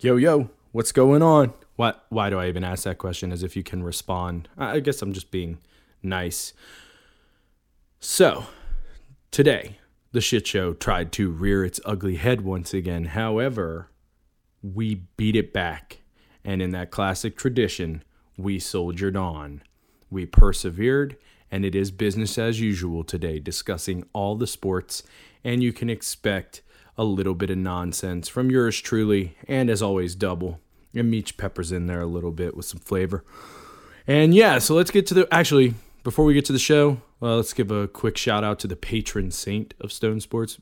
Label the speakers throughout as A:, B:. A: yo, yo, what's going on? What? Why do I even ask that question? As if you can respond. I I guess I'm just being nice. So, today, the shit show tried to rear its ugly head once again. However, we beat it back. And in that classic tradition, we soldiered on. We persevered, and it is business as usual today, discussing all the sports. And you can expect a little bit of nonsense from yours truly, and as always, double. And Meech peppers in there a little bit with some flavor. And yeah, so let's get to the. Actually, before we get to the show, well, let's give a quick shout out to the patron saint of Stone Sports,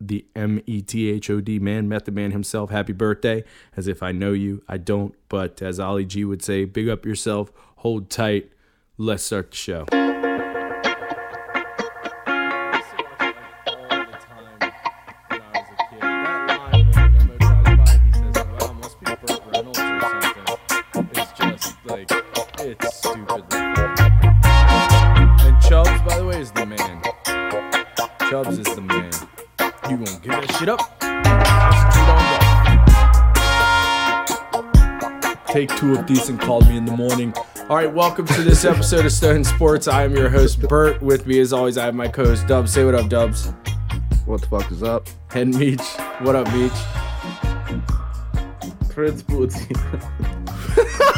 A: the M E T H O D man, Method Man himself. Happy birthday. As if I know you, I don't. But as Ollie G would say, big up yourself, hold tight. Let's start the show. And Chubbs, by the way, is the man. Chubbs is the man. You gonna give that shit up? Let's keep on going. Take two of these and call me in the morning. All right, welcome to this episode of Stone Sports. I am your host, Bert. With me, as always, I have my co host, Dubs. Say what up, Dubs.
B: What the fuck is up?
A: And Meech. What up, Meech?
C: Prince Bootsy.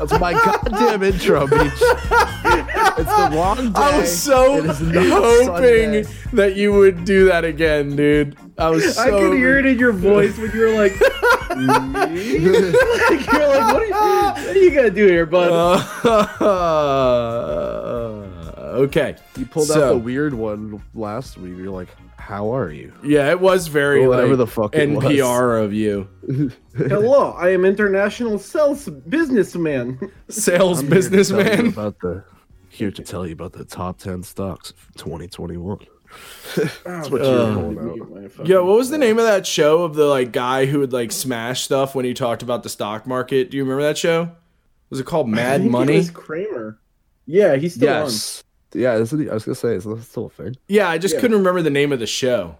B: That's my goddamn intro, bitch. It's the long day.
A: I was so
B: It is
A: hoping
B: not Sunday.
A: that you would do that again, dude. I was so
C: I could hear it in your voice when you were like, "Me?" like you're like, what are, you, what are you gonna do here, bud?
A: Uh, okay.
B: You pulled
A: So-
B: out the weird one last week. You're like, how are you?
A: Yeah, it was very
B: Or whatever
A: like,
B: the fuck it was.
A: NPR of you,
C: Hello, I am international sales businessman.
A: sales
B: Here to tell you
A: businessman.
B: About the, here to tell you about the top 10 stocks of 2021. That's what
C: Uh,
B: you're pulling out.
A: Yo, what was the name of that show of the like guy who would like smash stuff when he talked about the stock market? Do you remember that show? Was it called
C: I
A: Mad
C: think it
A: Money?
C: was Kramer. Yeah, he's still
B: Yes. Yeah, isn't he, I was going to say, is that still a thing?
A: Yeah, I just
C: Yeah.
A: couldn't remember the name of the show.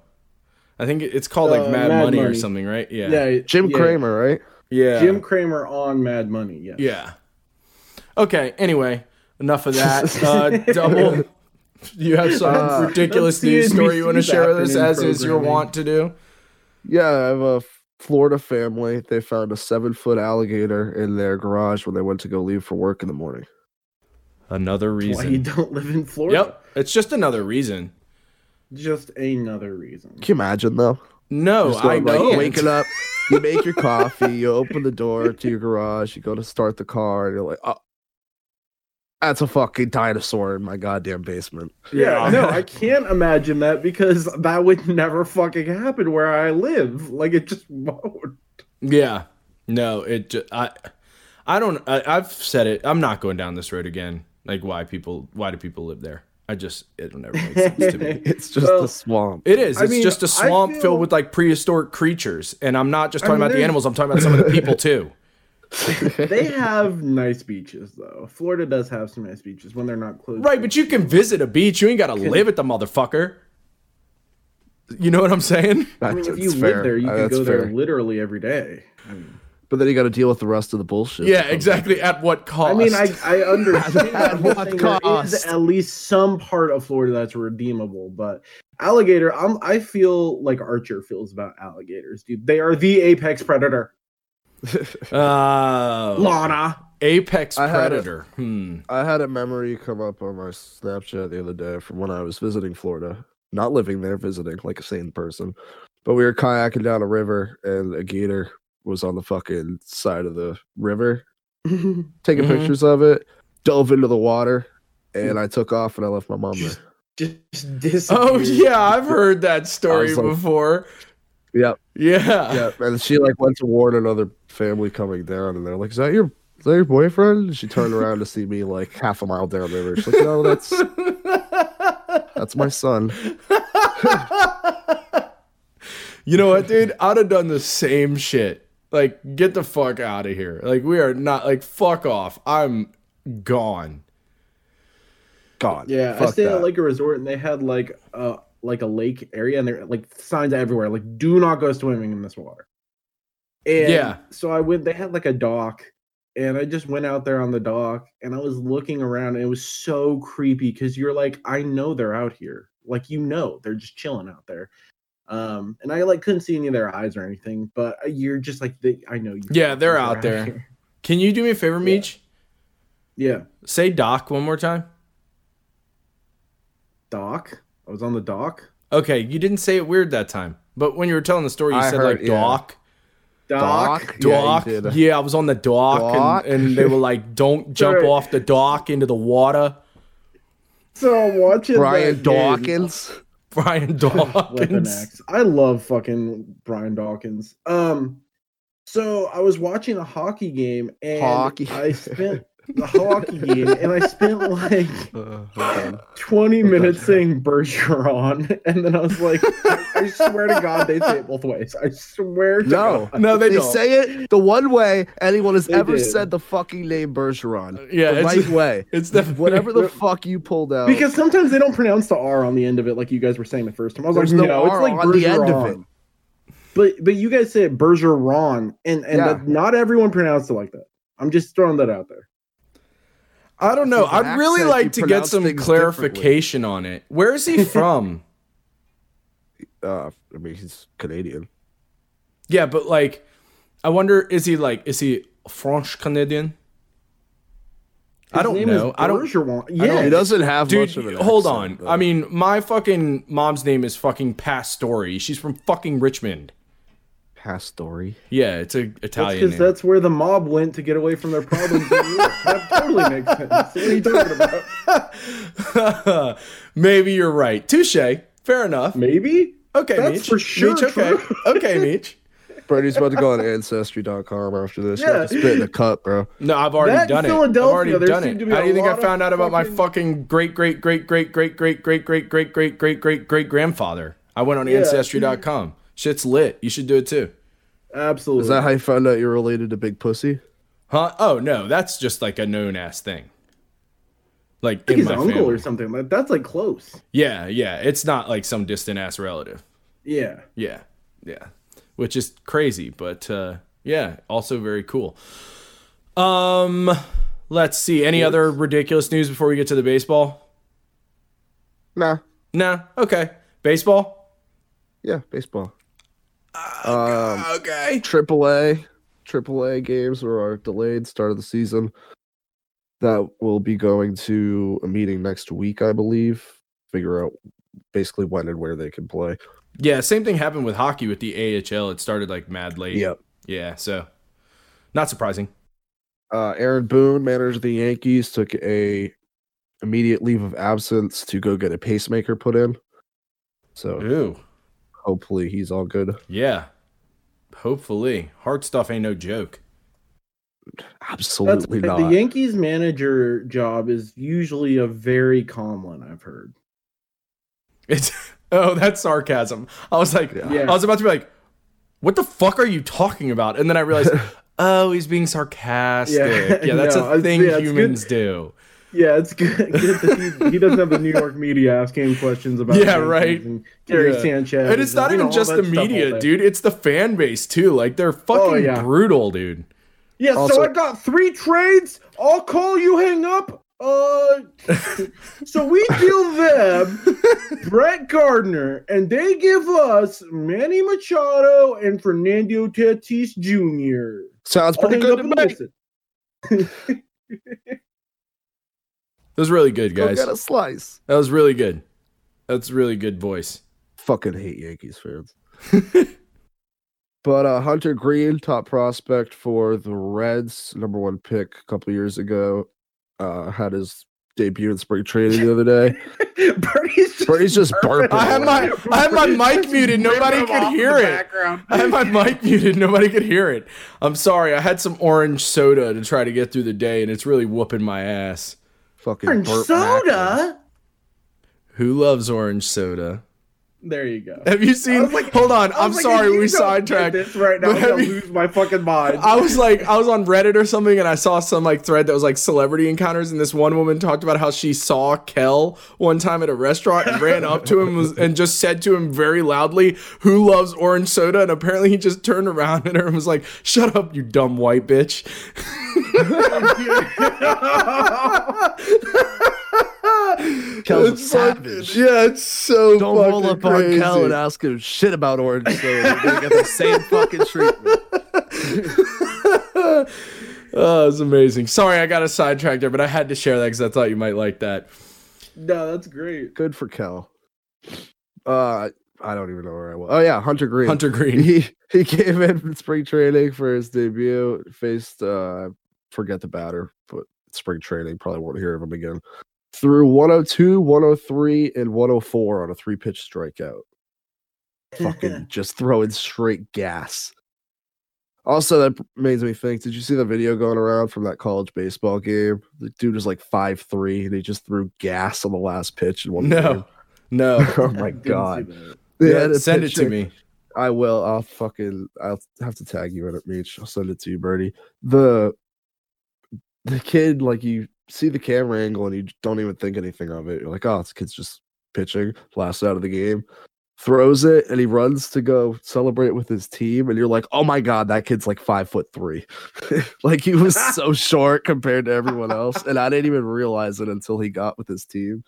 A: I think it- it's called like
C: Uh,
A: Mad,
C: Mad
A: Money, or
C: Money.
A: something, right? Yeah.
C: on. Yeah,
B: Jim
C: yeah.
B: Cramer, right?
A: Yeah.
C: Jim Cramer on Mad Money. Yeah.
A: Yeah. Okay. Anyway, enough of that. Uh, double. You have some
B: Uh,
A: ridiculous
C: that's the
A: news story you want to
C: NBC's
A: share with us,
C: afternoon
A: as is your
C: programming.
A: want to do.
B: Yeah, I have a F- Florida family. They found a seven foot alligator in their garage when they went to go leave for work in the morning.
A: Another
C: Why you don't live in Florida?
A: Yep. It's just another reason.
C: Just another reason.
B: Can you imagine, though?
C: Oh,
A: No,
B: Just
A: I
B: going,
A: know.
B: like waking up, you make your coffee, you open the door to your garage, you go to start the car, and you're like, oh, that's a fucking dinosaur in my goddamn basement.
C: Yeah,
A: Yeah.
C: no, I can't imagine that because that would never fucking happen where I live. Like it just won't.
A: Yeah. No, it. ju- I. I don't. I, I've said it. I'm not going down this road again. Like why people? Why do people live there? I just. It'll never make sense to me.
B: It's just
C: Well,
B: a swamp.
A: It is.
C: I
A: It's
C: mean,
A: just a
C: I
A: swamp
C: feel-
A: filled with like prehistoric creatures, and I'm not just
C: I
A: talking
C: mean,
A: about the
C: there's-
A: animals. I'm talking about some of the people too.
C: they have nice beaches though. Florida does have some nice beaches when they're not closed.
A: Right, but you can visit a beach. You ain't got to live at the motherfucker. You know what I'm saying?
C: I mean,
B: That's-
C: if you
B: it's
C: live
B: fair.
C: there, you
B: Uh,
C: can
B: that's
C: go there
B: fair.
C: literally every day. I mean,
B: But then you got to deal with the rest of the bullshit. Um,
A: Yeah, exactly. At what cost?
C: I mean, I I understand that I'm
B: What
C: saying there is
B: cost?
C: at least some part of Florida that's redeemable, but alligator, I'm I feel like Archer feels about alligators, dude. They are the apex predator.
A: Uh,
C: Lana.
A: apex
B: I had a-
A: predator. Hmm.
B: I had a memory come up on my Snapchat the other day from when I was visiting Florida, not living there, visiting like a sane person. But we were kayaking down a river, and a gator was on the fucking side of the river, taking
A: Mhm.
C: Mm-hmm.
B: pictures of it, dove into the water, and
C: Mm.
B: I took off and I left my mom there.
C: Just disappear.
A: Oh yeah, I've heard that story
B: was like-
A: before.
B: Yep,
A: Yeah.
B: yep. And she like went to warn another family coming down, and they're like, "Is that your?" Is that your boyfriend? And she turned around to see me like half a mile down the river. She's like, no, that's that's my son.
A: You know what, dude? I'd have done the same shit. Like, get the fuck out of here. Like, we are not like fuck off. I'm gone.
B: God.
C: Yeah, I
B: fuck
C: stayed
B: that.
C: at like a resort and they had like uh like a lake area and there like signs everywhere like do not go swimming in this water. And
A: Yeah.
C: so I went, they had like a dock, and I just went out there on the dock and I was looking around, and it was so creepy because you're like, I know they're out here. Like, you know, they're just chilling out there. Um, and I like couldn't see any of their eyes or anything, but uh, you're just like, they, I know you.
A: Yeah, they're out
C: out
A: there.
C: here.
A: Can you do me a favor,
C: Yeah.
A: Meech?
C: Yeah.
A: Say dock one more time.
C: Dock. I was on the dock.
A: Okay, you didn't say it weird that time. But when you were telling the story, you
B: I
A: said
B: heard-
A: like
B: yeah.
A: dock.
C: Dock.
B: Yeah, you
A: Dock. Yeah,
B: did.
A: I was on the dock, and-
B: Dock.
A: And, they were like, "Don't jump
C: Sorry.
A: off the dock into the water."
C: So I'm watching
B: Brian
C: that game.
B: Dawkins.
A: Brian
C: Weapon
A: Dawkins.
C: X. I love fucking Brian Dawkins. Um, so I was watching a hockey game and
B: Hockey.
C: I spent the hockey game and I spent like
B: Uh, hold on.
C: 20 minutes saying Bergeron, and then I was like, I, I swear to God, they say it both ways. I swear. To
B: No.
C: God.
A: no, they,
B: They
A: don't.
B: say it the one way anyone has
C: They
B: ever
C: did.
B: said the fucking name Bergeron.
A: yeah,
B: the
A: it's,
B: right way.
A: it's definitely
B: Whatever the fuck you pulled out.
C: Because sometimes they don't pronounce the R on the end of it, like you guys were saying the first time. I was
B: There's
C: like,
B: no
C: no, it's
B: R
C: like
B: on the end of it.
C: Bergeron. But but you guys say it Bergeron, and and
B: Yeah.
C: that- not everyone pronounced it like that. I'm just throwing that out there.
A: I don't know.
B: It's an
A: I'd really
B: accent,
A: like
B: you
A: to get
B: pronounce
A: some
B: things
A: clarification on it. Where is he from?
B: uh, I mean, he's Canadian.
A: yeah, but like, I wonder, is he like, is he French Canadian? I
C: His
A: don't
C: name is
A: know. I don't.
C: Bergeron.
A: I don't-
C: Yeah,
B: He doesn't have
A: Dude,
B: much of an
A: hold
B: accent,
A: on.
B: though.
A: I mean, my fucking mom's name is fucking Pastori. She's from fucking Richmond.
B: Pastori.
A: Yeah, it's a
C: That's
A: Italian
C: because
A: name.
C: that's where the mob went to get away from their problems. in Europe. that totally makes sense. What are you talking about?
A: Maybe you're right. Touche. Fair enough.
C: Maybe.
A: Okay,
C: That's
A: Meech.
C: for sure
A: Meech, okay.
C: true.
A: okay, Meech.
B: Brady's about to go on Ancestry.com after this. Yeah.
C: Yeah.
B: spit in a cup, bro.
A: No, I've already
C: That
A: done it. I've
C: Philadelphia,
A: already
C: there
A: done
C: seem
A: it.
C: to be
A: How do you
C: a
A: think I
C: lot of
A: found out about my
C: fucking-
A: fucking great great great great great great great great great great great great great great grandfather? I went on
C: Yeah.
A: ancestry.com. Shit's lit. You should do it too.
C: Absolutely.
B: Is that how you found out you're related to Big Pussy?
A: Huh? Oh no, that's just like a known ass thing. Like in
C: his
A: my
C: uncle
A: family.
C: or something? Like, that's like close.
A: Yeah, yeah. It's not like some distant ass relative.
C: Yeah.
A: Yeah, yeah. Which is crazy, but uh, yeah, also very cool. Um, let's see. Any other ridiculous news before we get to the baseball?
B: Nah.
A: Nah. Okay. Baseball.
B: Yeah, baseball. um,
A: Ah, Okay.
B: AAA, AAA games are delayed. Start of the season. That will be going to a meeting next week, I believe. Figure out basically when and where they can play.
A: Yeah. Same thing happened with hockey with the AHL. It started like mad late. Yeah. So, not surprising.
B: Uh, Aaron Boone, manager of the Yankees, took a immediate leave of absence to go get a pacemaker put in. So
A: Ooh.
B: hopefully he's all good.
A: Yeah. Hopefully, hard stuff ain't no joke.
C: That's
B: Absolutely
C: the
B: not.
C: Yankees manager job is usually a very calm one. I've heard.
A: It's oh, that's sarcasm. I was like,
C: Yeah.
A: I was about to be like, what the fuck are you talking about? And then I realized, oh, he's being sarcastic. Yeah,
C: Yeah.
A: that's
C: No,
A: a
C: I-
A: thing
C: yeah, it's good.
A: humans do.
C: Yeah, it's good. good that he, he doesn't have the New York media asking him questions about.
A: Yeah,
C: Yankees
A: right.
C: And Gary
A: Yeah.
C: Sanchez.
A: and it's not
C: you know,
A: even
C: all
A: just
C: that
A: the
C: stuff all
A: media,
C: day. Oh,
A: dude. It's the fan base too. Like they're fucking
C: yeah.
A: brutal, dude.
C: Yeah,
B: Also-
C: so I got three trades. I'll call you hang up. Uh so we deal them Brett Gardner and they give us Manny Machado and Fernando Tatis Jr.
B: Sounds
C: I'll
B: pretty
C: hang
B: good
C: up
B: to
C: and
B: me.
C: listen.
A: That was really good,
B: Go
A: guys.
B: get a slice.
A: That was really good. That's really good voice.
B: Fucking hate Yankees fans. but uh, Hunter Green, top prospect for the Reds, number one pick a couple years ago, uh, had his debut in spring training the other day.
C: Brady's just
B: Brady's just burping.
A: I had my I had my mic muted. Nobody could hear it. I had my mic muted. Nobody could hear it. I'm sorry. I had some orange soda to try to get through the day, and it's really whooping my ass.
B: fucking
C: Orange
B: burp backwards.
C: soda.
A: Who loves orange soda?
C: There you go.
A: Have you seen?
C: like-
A: hold on,
C: I
A: I'm
C: was like,
A: sorry
C: if you
A: we
C: don't get
A: sidetracked.
C: This right now,
A: But
C: I'm
A: have
C: gonna
A: you-
C: lose my fucking mind.
A: I was like, I was on Reddit or something, and I saw some like thread that was like celebrity encounters, and this one woman talked about how she saw Kel one time at a restaurant and ran up to him and was, and just said to him very loudly, "Who loves orange soda?" And apparently, he just turned around at her and was like, "Shut up, you dumb white bitch."
B: Kel's a
A: It's like-
B: savage.
A: yeah, it's so
B: Don't
A: fucking
B: roll up on Cal
A: crazy.
B: and ask him shit about orange soda. You're gonna get the same fucking treatment.
A: Oh, it's amazing. Sorry, I got a sidetracked there, but I had to share that because I thought you might like that.
C: no, that's great.
B: Good for Cal. Uh, I don't even know where I was. Oh yeah, Hunter Green.
A: Hunter Green.
B: He he came in from spring training for his debut. Faced uh, I forget the batter, but spring training probably won't hear of him again. Threw 102, 103, and 104 on a three pitch strikeout. fucking just throwing straight gas. Also, that makes me think. Did you see the video going around from that college baseball game? The dude was like five three, and he just threw gas on the last pitch and one.
A: No, no.
B: game. oh my
C: Didn't see
B: god!
C: that.
B: They had a
A: send it to
B: picture-
A: me.
B: I will. I'll fucking. I'll have to tag you in it, Meech. I'll send it to you, Bernie. The the kid, like you see the camera angle and you don't even think anything of it. You're like, oh, this kid's just pitching, last out of the game, throws it, and he runs to go celebrate with his team. And you're like, oh my god, that kid's like five foot three. like he was so short compared to everyone else, and I didn't even realize it until he got with his team.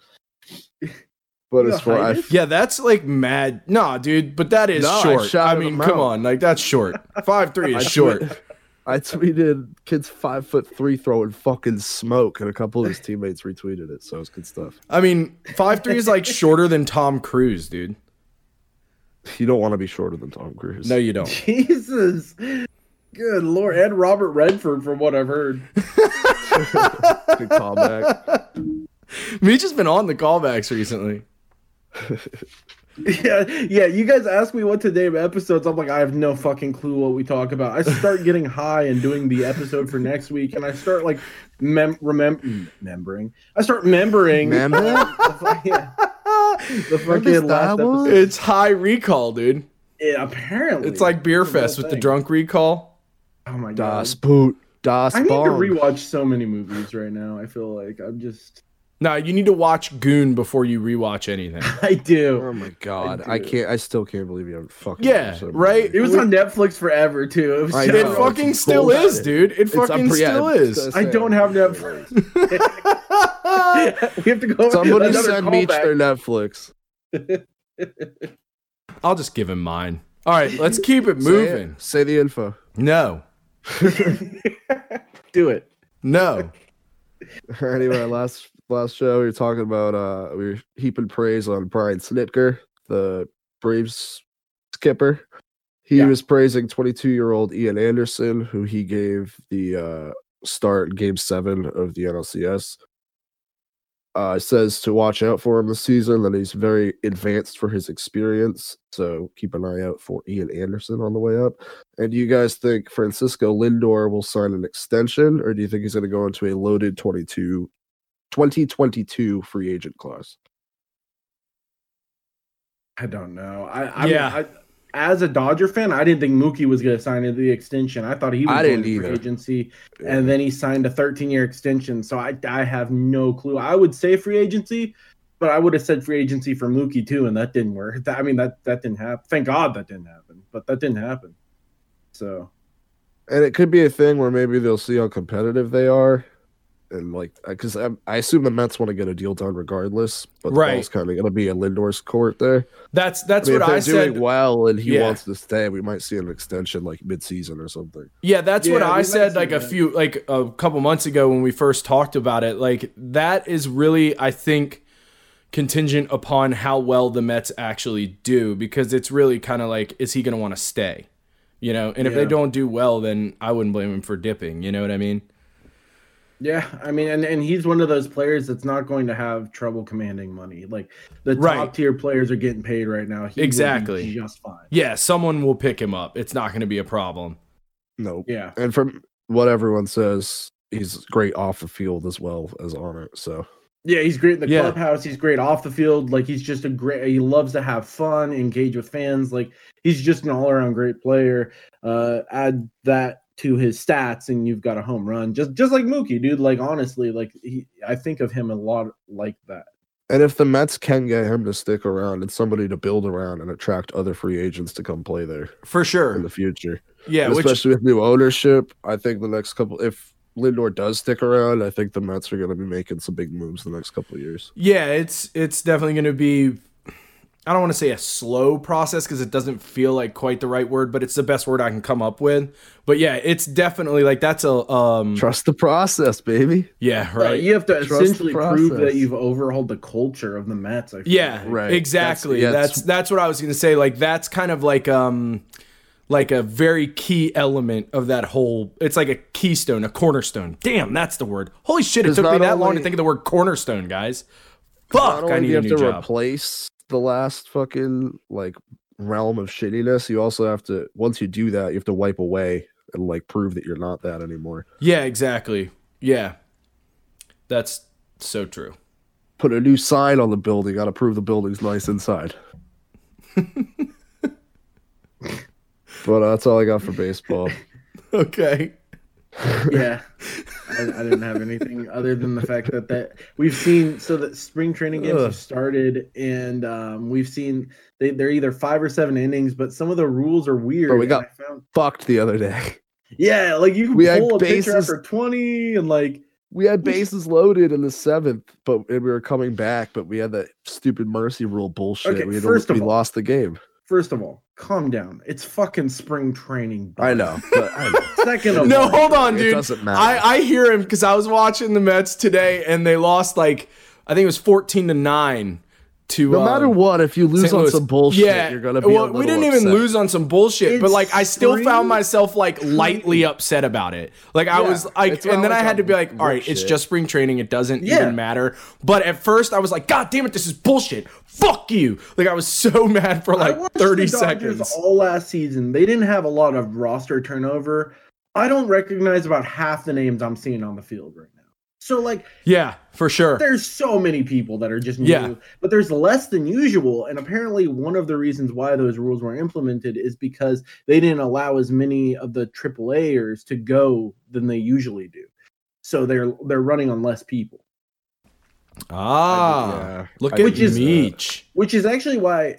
B: But
C: You
B: as far
C: hide
B: I
C: it?
A: Yeah, that's like mad. Nah, dude, but that is
B: No, I
A: short.
B: shouted
A: I,
B: him
A: mean, come
B: out.
A: on, like that's short. Five three is
B: I
A: short.
B: tweet- I tweeted kids five foot three throwing fucking smoke, and a couple of his teammates retweeted it, so it's good stuff.
A: I mean, five three is like shorter than Tom Cruise, dude.
B: You don't want to be shorter than Tom Cruise.
A: No, you don't.
C: Jesus, good lord, and Robert Redford, from what I've heard.
B: Good callback.
A: Meech has been on the callbacks recently.
C: Yeah, yeah. You guys ask me what to name episodes. I'm like, I have no fucking clue what we talk about. I start getting high and doing the episode for next week, and I start like mem- remem- remembering. I start remembering.
B: Remember?
C: the, fu- yeah, the
B: Remember
C: fucking last
B: that one?
C: episode.
A: It's high recall, dude.
C: Yeah, apparently,
A: It's like Beer
C: It's a real
A: Fest with the
C: thing.
A: drunk recall.
C: Oh my god.
B: Das Boot. Das
C: I need to
B: Bomb.
C: rewatch so many movies right now. I feel like I'm just.
A: Nah, you need to watch Goon before you rewatch anything.
C: I do.
B: Oh my god!
C: I
B: I,
C: do.
B: can't. I still can't believe you haven't fucking.
A: Yeah,
B: watched that movie.
A: right?
C: It was on Netflix forever too. It was
B: I
C: so-
A: It
B: know,
A: fucking
B: it's
A: still is,
B: bullshit.
A: dude. It
B: It's-
A: fucking
B: I'm pretty-
A: still
B: yeah,
A: is.
C: I don't have Netflix. we have to go.
B: Somebody
C: another
B: send Meech
C: callback.
B: their Netflix.
A: I'll just give him mine. All right, let's keep it
B: Say it.
A: moving.
B: Say the info.
A: No,
C: Do it.
A: no.
B: anyway, last last show we were talking about uh we were heaping praise on Brian Snitker, the Braves skipper. He
C: Yeah.
B: was praising 22 year old Ian Anderson, who he gave the uh start in game seven of the NLCS. Uh says to watch out for him this season, that he's very advanced for his experience. So keep an eye out for Ian Anderson on the way up. And do you guys think Francisco Lindor will sign an extension, or do you think he's going to go into a loaded 22, 2022 free agent clause?
C: I don't know. I, I
A: Yeah.
C: mean, I, as a Dodger fan, I didn't think Mookie was going to sign into the extension. I thought he was
B: I
C: going
B: didn't
C: to free
B: either.
C: agency, and then he signed a 13 year extension. So I, I have no clue. I would say free agency, but I would have said free agency for Mookie too, and that didn't work. That- I mean, that that didn't happen. Thank God that didn't happen, but that didn't happen. So
B: And it could be a thing where maybe they'll see how competitive they are. And like, because I, I assume the Mets want to get a deal done regardless, but
A: Right.
B: it's kind of going to be in Lindor's court there.
A: That's that's
B: I mean,
A: what I
B: if they're
A: said.
B: doing well and he
A: Yeah.
B: wants to stay, we might see an extension like midseason or something.
A: yeah, that's what
C: Yeah, we
A: I
C: might
A: said
C: see
A: like a
C: that.
A: few like a couple months ago when we first talked about it. Like that is really I think contingent upon how well the Mets actually do because it's really kind of like is he going to want to stay? You know, and if they
C: Yeah.
A: don't do well then I wouldn't blame him for dipping, you know what I mean?
C: Yeah, I mean, and, and he's one of those players that's not going to have trouble commanding money. Like the
A: Right.
C: top tier players are getting paid right now. He will be
A: Exactly.
C: just fine.
A: Yeah, someone will pick him up. It's not going to be a problem.
B: Nope.
C: Yeah,
B: And from what everyone says, he's great off the field as well as on it. So
C: Yeah, he's great in the
A: Yeah.
C: clubhouse. He's great off the field. Like he's just a great. He loves to have fun, engage with fans. Like he's just an all around great player. Uh, add that to his stats, and you've got a home run. Just just like Mookie, dude. Like honestly, like he, I think of him a lot like that.
B: And if the Mets can get him to stick around, it's somebody to build around and attract other free agents to come play there
A: for
B: in
A: sure.
B: the future.
A: Yeah,
B: And
A: which
B: especially with new ownership, I think the next couple if Lindor does stick around, I think the Mets are going to be making some big moves the next couple of years.
A: Yeah, it's it's definitely going to be. I don't want to say a slow process because it doesn't feel like quite the right word, but it's the best word I can come up with. But yeah, it's definitely like that's a um
B: Trust the process, baby.
A: yeah
C: Right.
A: right
C: you have to
B: Trust the
C: essentially prove that
B: process.
C: you've overhauled the culture of the Mets. I feel
A: yeah
C: like.
B: Right.
A: exactly
B: That's- yeah,
A: that's, that's
B: it's-
A: what I was going to say like that's kind of like um like a very key element of that whole it's like a keystone a cornerstone damn that's the word holy shit it
B: Because
A: took me
B: not
A: that long to
B: only-
A: think of the word cornerstone guys
B: Not
A: fuck
B: only
A: I
B: do
A: need
B: you
A: a
B: have
A: new
B: to
A: job
B: replace the last fucking like realm of shittiness, you also have to once you do that, you have to wipe away and like prove that you're not that anymore.
A: Yeah, exactly. Yeah. That's so true.
B: Put a new sign on the building. Got to prove the building's nice inside. but uh, that's all I got for baseball.
A: Okay.
C: yeah I, I didn't have anything other than the fact that that we've seen so that spring training games
A: Ugh.
C: have started and um, we've seen they, they're either five or seven innings but some of the rules are weird
B: Bro, we
C: and
B: got-
C: I found,
B: Fucked the other day.
C: yeah like you can
B: we had
C: pull a
B: bases-
C: pitcher after 20 and like
B: We had bases loaded in the seventh, but and we were coming back, but we had that stupid mercy rule bullshit.
C: Okay,
B: we had
C: first of
B: we
C: all-
B: lost the game.
C: first of all calm down it's fucking spring training bud.
B: I know, but I know.
C: second of
A: No,
C: all
A: hold on,
B: it
A: dude.
B: doesn't matter.
A: I, I hear him because I was watching the Mets today and they lost like I think it was fourteen to nine to
B: No
A: um,
B: matter what, if you lose
A: St.
B: on
A: Louis.
B: some bullshit, you're gonna be.
A: Well,
B: a
A: we
B: little
A: didn't even
B: upset.
A: lose on some bullshit, but
C: It's
A: like I still
C: spring
A: found myself like lightly upset about it. Like I
B: Yeah,
A: was like,
B: it's not
A: and then
B: like
A: I had
B: I'm
A: to be like, all right,
B: bullshit.
A: it's just spring training. It doesn't
C: Yeah.
A: even matter. But at first, I was like, God damn it, this is bullshit. Fuck you. Like I was so mad for
C: I
A: like
C: watched
A: thirty
C: the Dodgers
A: seconds.
C: all last season. They didn't have a lot of roster turnover. I don't recognize about half the names I'm seeing on the field right now. So like
A: Yeah, for sure.
C: there's so many people that are just new,
A: Yeah.
C: but there's less than usual. And apparently, one of the reasons why those rules were implemented is because they didn't allow as many of the AAAers to go than they usually do. So they're they're running on less people,
A: Ah,
B: Yeah.
A: look
B: I
A: at
C: Which is-
A: Meech.
C: which is actually why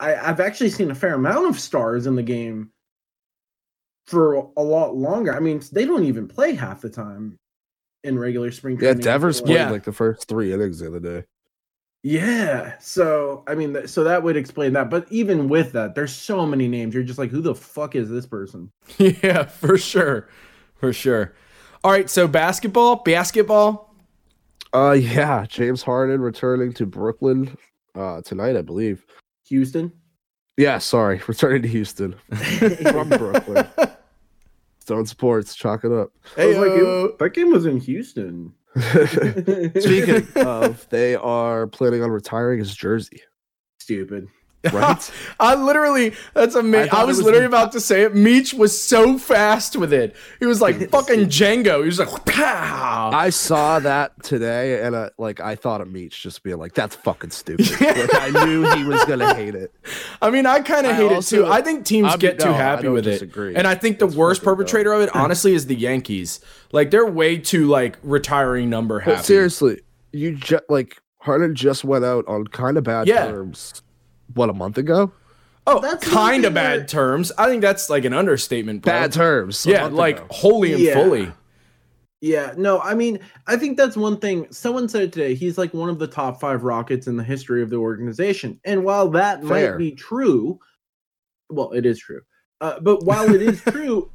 C: I, I've actually seen a fair amount of stars in the game for a lot longer. I mean, they don't even play half the time in regular spring
B: Yeah,
C: training.
B: Devers
C: So,
B: played
C: like,
A: Yeah.
B: like the first three innings the other day.
C: Yeah. So I mean, th- so that would explain that. But even with that, there's so many names. You're just like, who the fuck is this person?
A: yeah, for sure, for sure. All right, so basketball, basketball.
B: Uh, yeah, James Harden returning to Brooklyn uh, tonight, I believe.
C: Houston.
B: Yeah, sorry, returning to Houston from Brooklyn. Stone Sports, chalk it up.
C: I was like,
A: Heyo.
C: "Ew, that game was in Houston.
B: Speaking of, they are planning on retiring his jersey,
C: Stupid.
B: right?
A: I literally, that's amazing. I,
B: thought it
A: was
B: was
A: literally
B: Meech.
A: about to say it. Meech was so fast with it. He was like fucking Django. He was like, pow.
B: I saw that today, and uh, like I thought of Meach just being like, "That's fucking stupid." Like, I knew he was gonna hate it.
A: I mean, I kind
B: I
A: of hate it
B: also-
A: too. I think teams
B: I'm-
A: get too
B: no, I
A: happy
B: don't
A: with
B: disagree.
A: it. And I think the worst
B: fucking dumb.
A: perpetrator of it, honestly, is the Yankees. Like, they're way too, like, retiring number happy.
B: But seriously, you just like Harden just went out on kind of bad
A: Yeah.
B: terms. What a month ago?
A: oh,
C: That's one
A: kind of
C: thing
A: bad
C: that-
A: terms. I think that's, like, an understatement. Bro.
B: Bad terms. a
A: Yeah,
B: month
A: like,
B: ago.
A: wholly and
C: Yeah.
A: fully.
C: Yeah, no, I mean, I think that's one thing. Someone said today he's like one of the top five Rockets in the history of the organization. And while that
B: Fair.
C: might be true, well, it is true. Uh, but while it is true,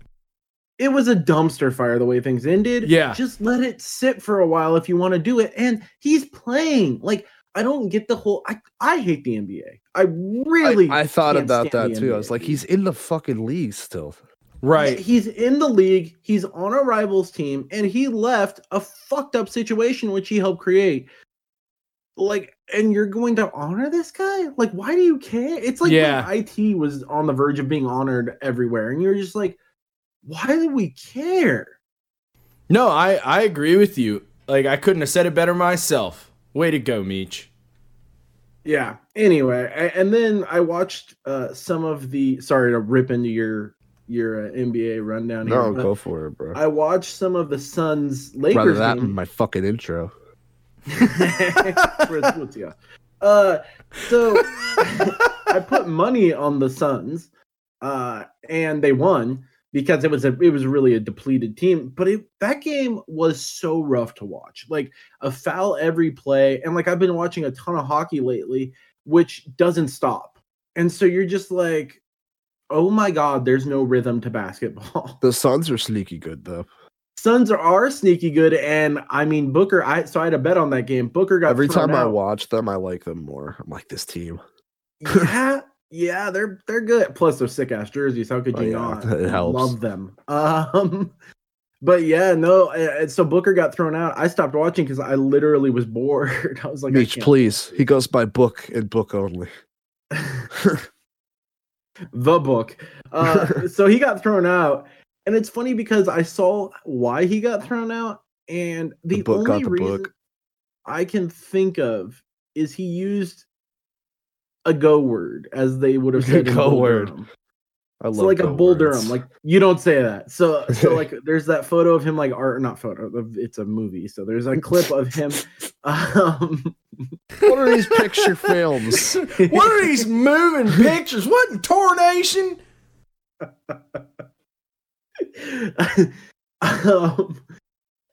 C: it was a dumpster fire the way things ended.
A: Yeah.
C: Just let it sit for a while if you want to do it. And he's playing. Like, I don't get the whole. I, I hate the NBA. I really.
B: I, I thought
C: can't
B: about
C: stand
B: that
C: the
B: too. I was
C: NBA.
B: like, he's in the fucking league still.
A: Right.
C: He's in the league. He's on a rivals team, and he left a fucked up situation which he helped create. Like, and you're going to honor this guy? Like, why do you care? It's like
A: Yeah.
C: when IT was on the verge of being honored everywhere, and you're just like, why do we care?
A: No, I, I agree with you. Like, I couldn't have said it better myself. Way to go, Meech.
C: Yeah. Anyway, I, and then I watched uh, some of the. Sorry to rip into your your uh, NBA rundown here.
B: No,
C: but
B: go for it, bro.
C: I watched some of the Suns
B: Rather
C: Lakers
B: that than
C: game.
B: my fucking intro.
C: Where's Lucia? uh, so I put money on the Suns, uh, and they won because it was a it was really a depleted team. But it, that game was so rough to watch. Like a foul every play, and like I've been watching a ton of hockey lately, which doesn't stop. And so you're just like, oh my god, there's no rhythm to basketball.
B: The Suns are sneaky good though.
C: Suns are, are sneaky good, and I mean Booker. I so I had a bet on that game. Booker got
B: Every
C: thrown
B: time I
C: out.
B: watch them, I like them more. I'm like this team.
C: yeah, yeah, they're they're good. Plus, they're sick ass jerseys. How could
B: Oh,
C: you
B: yeah,
C: not?
B: it helps.
C: Love them. Um, but yeah, no. uh, uh, So Booker got thrown out. I stopped watching because I literally was bored. I was like, I
B: Meech,
C: can't.
B: please. He goes by book and book only.
C: the book. Uh, so he got thrown out, and it's funny because I saw why he got thrown out, and the,
B: The book got
C: only
B: the
C: reason
B: book.
C: I can think of is he used a go word as they would have said in
B: Go
C: Bull
B: word.
C: Durham.
B: I love
C: so like a
B: Bill
C: Bull
B: Burns.
C: Durham, like you don't say that. So so like there's that photo of him like art not photo of it's a movie. So there's a clip of him. Um,
B: what are these picture films?
A: what are these moving pictures? What in tornation?
C: um,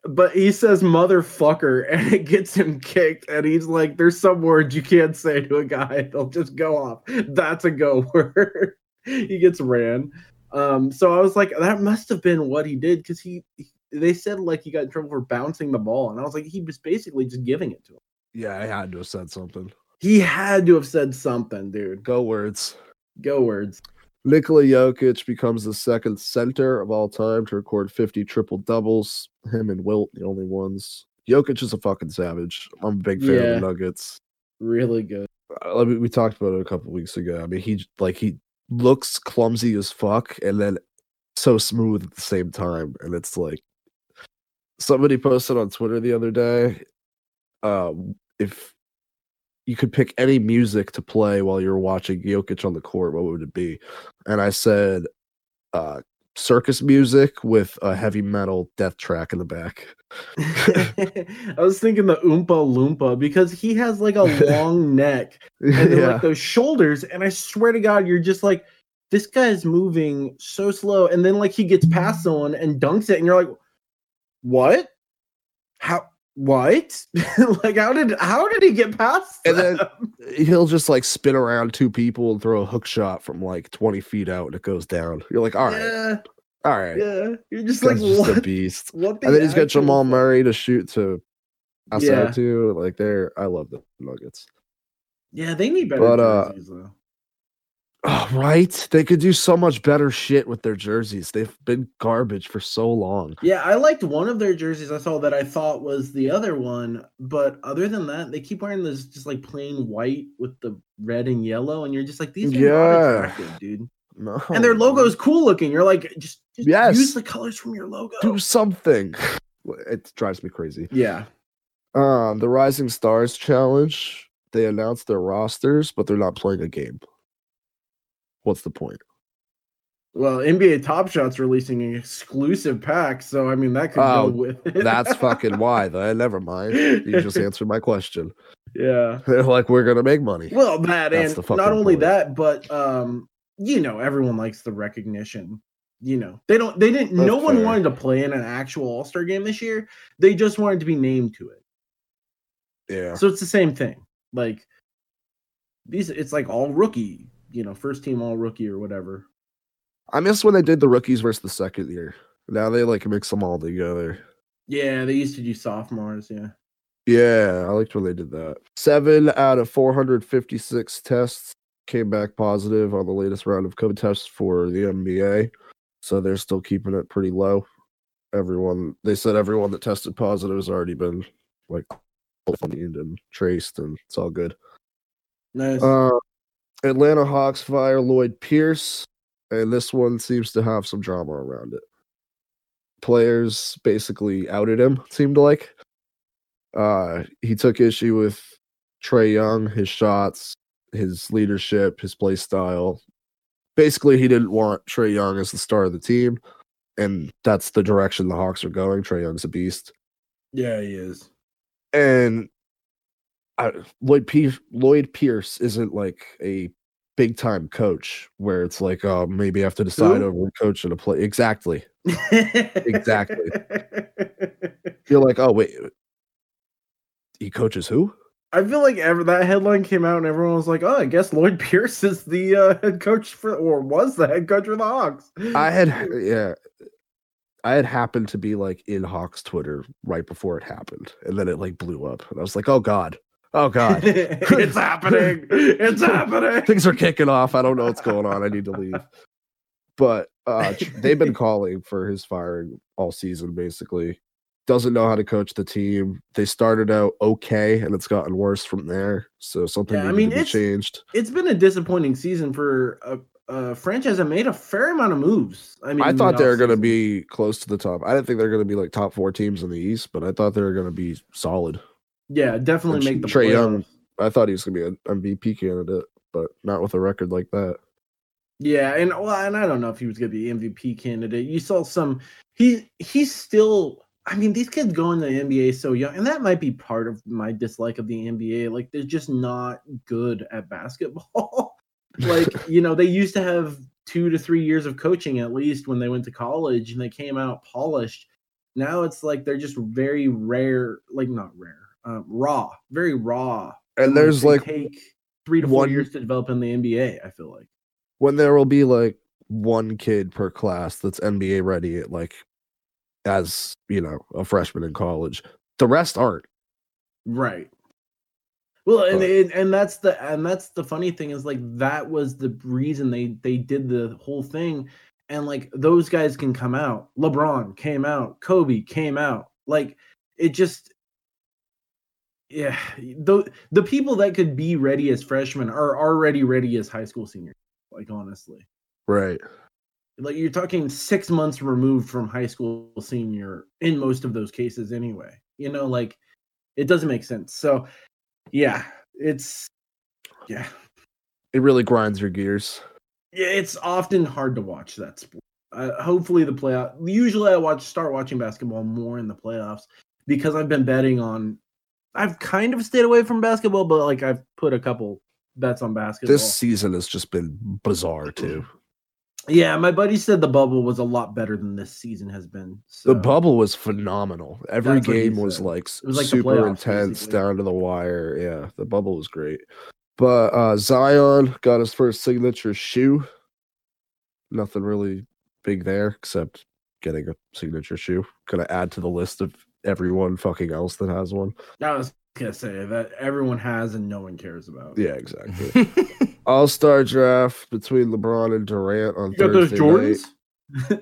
C: but he says motherfucker and it gets him kicked and he's like there's some words you can't say to a guy they'll just go off that's a go word he gets ran um so i was like that must have been what he did because he, he- they said like he got in trouble for bouncing the ball and i was like he was basically just giving it to him
B: yeah, I had to have said something.
C: he had to have said something dude
B: Go words.
C: go words
B: Nikola Jokic becomes the second center of all time to record 50 triple doubles. Him and Wilt, the only ones. Jokic is a fucking savage. I'm a big fan
C: Yeah.
B: of the Nuggets.
C: really good
B: Uh, I mean, we talked about it a couple weeks ago. I mean, he j- like he looks clumsy as fuck, and then so smooth at the same time. And it's like somebody posted on Twitter the other day, uh, if you could pick any music to play while you're watching Jokic on the court, what would it be? And I said, uh, circus music with a heavy metal death track in the back.
C: I was thinking the Oompa Loompa because he has like a long neck and then, like those shoulders. And I swear to God, you're just like, this guy is moving so slow. And then like he gets past someone and dunks it, and you're like, what? How? What? like how did how did he get past?
B: And then-
C: them?
B: he'll just like spin around two people and throw a hook shot from like 20 feet out and it goes down. You're like, all right,
C: yeah,
B: all right.
C: yeah. You're just
B: That's
C: like
B: just a
C: what?
B: beast.
C: what the
B: And then he's got
C: actual
B: Jamal Murray to shoot to outside
C: Yeah.
B: to. Like there, I love the Nuggets.
C: Yeah, they need better.
B: But, uh,
C: jerseys, though.
B: Oh, right. They could do so much better shit with their jerseys. They've been garbage for so long.
C: Yeah, I liked one of their jerseys I saw that I thought was the other one, but other than that, they keep wearing this just like plain white with the red and yellow, and you're just like, these are
B: Yeah.
C: not attractive, dude.
B: No.
C: And their logo's cool looking. You're like, just, just
B: Yes.
C: use the colors from your logo.
B: do something. It drives me crazy.
C: Yeah.
B: Um, the Rising Stars Challenge. They announced their rosters, but they're not playing a game. What's the point?
C: Well, NBA Top Shot's releasing an exclusive pack, so I mean that could
B: Oh,
C: go with it.
B: That's fucking why, though. Never mind. You just answered my question.
C: yeah.
B: They're like, we're gonna make money.
C: Well, that
B: That's the
C: and
B: fucking
C: not only
B: point.
C: that, but um, you know, everyone likes the recognition. You know, they don't. They didn't. no
B: That's
C: one
B: fair.
C: wanted to play in an actual All Star game this year. They just wanted to be named to it.
B: Yeah.
C: So it's the same thing. Like these, it's like all rookie. You know, first team all rookie or whatever.
B: I miss when they did the rookies versus the second year. Now they like mix them all together.
C: Yeah, they used to do sophomores. Yeah.
B: Yeah, I liked when they did that. Seven out of 456 tests came back positive on the latest round of COVID tests for the NBA. So they're still keeping it pretty low. Everyone, they said everyone that tested positive has already been like quarantined and traced, and it's all good.
C: Nice.
B: Uh, Atlanta Hawks fire Lloyd Pierce, and this one seems to have some drama around it. Players basically outed him, it seemed like. Uh, he took issue with Trey Young, his shots, his leadership, his play style. Basically, he didn't want Trey Young as the star of the team, and that's the direction the Hawks are going. Trey Young's a beast,
C: Yeah, he is.
B: and I, Lloyd P- Lloyd Pierce isn't like a big time coach where it's like, oh, maybe I have to decide
C: Who?
B: over a coach and a play. Exactly. Exactly. You're like, oh wait, he coaches who?
C: I feel like ever that headline came out and everyone was like, "Oh, I guess Lloyd Pierce is the uh, head coach for, or was the head coach for the Hawks."
B: I had yeah. I had happened to be like in Hawk's Twitter right before it happened. And then it like blew up. And I was like, oh God. Oh God.
C: it's happening. It's happening.
B: Things are kicking off. I don't know what's going on. I need to leave. But uh tr- they've been calling for his firing all season, basically. Doesn't know how to coach the team. They started out okay and it's gotten worse from there. So something
C: Yeah, I
B: needed
C: mean,
B: to be
C: it's-
B: changed.
C: It's been a disappointing season for a, a franchise that made a fair amount of moves. I mean,
B: I thought they were going to
C: offseason.
B: be close to the top. I didn't think they were going to be like top four teams in the East, but I thought they were going to be solid.
C: yeah, definitely
B: Which
C: make the
B: Trae
C: Trey
B: Young- I thought he was going to be an MVP candidate, but not with a record like that.
C: Yeah, and well, and I don't know if he was going to be MVP candidate. You saw some. He he's still. I mean, these kids go into the NBA so young, and that might be part of my dislike of the NBA. Like they're just not good at basketball. like you know, they used to have two to three years of coaching at least when they went to college, and they came out polished. Now it's like they're just very rare, like not rare, um, raw, very raw.
B: And there's
C: they
B: like
C: take three to
B: one-
C: four years to develop in the NBA. I feel like.
B: when there will be like one kid per class that's NBA ready, like as you know, a freshman in college. The rest aren't.
C: Right. Well, and,
B: But-
C: and and that's the and that's the funny thing is like that was the reason they they did the whole thing, and like those guys can come out. LeBron came out. Kobe came out. Like it just, yeah. The the people that could be ready as freshmen are already ready as high school seniors. Like honestly
B: Right.
C: like you're talking six months removed from high school senior in most of those cases anyway you know like it doesn't make sense so yeah it's yeah
B: It really grinds your gears.
C: yeah it's often hard to watch that sport uh, hopefully the playoff usually i watch start watching basketball more in the playoffs because i've been betting on i've kind of stayed away from basketball but like i've put a couple bets on basketball
B: This season has just been bizarre too.
C: yeah my buddy said the bubble was a lot better than this season has been so.
B: The bubble was phenomenal. Every
C: uh, That's what he
B: game was
C: said.
B: like,
C: It was like the
B: super
C: playoffs,
B: intense,
C: basically.
B: down to the wire. Yeah, the bubble was great. But uh, Zion got his first signature shoe. Nothing really big there except getting a signature shoe. Gonna add to the list of everyone fucking else that has one.
C: I was gonna say that everyone has and no one cares about.
B: Yeah, exactly. All star draft between LeBron and Durant on
C: You got those
B: Thursday
C: Jordans?
B: night.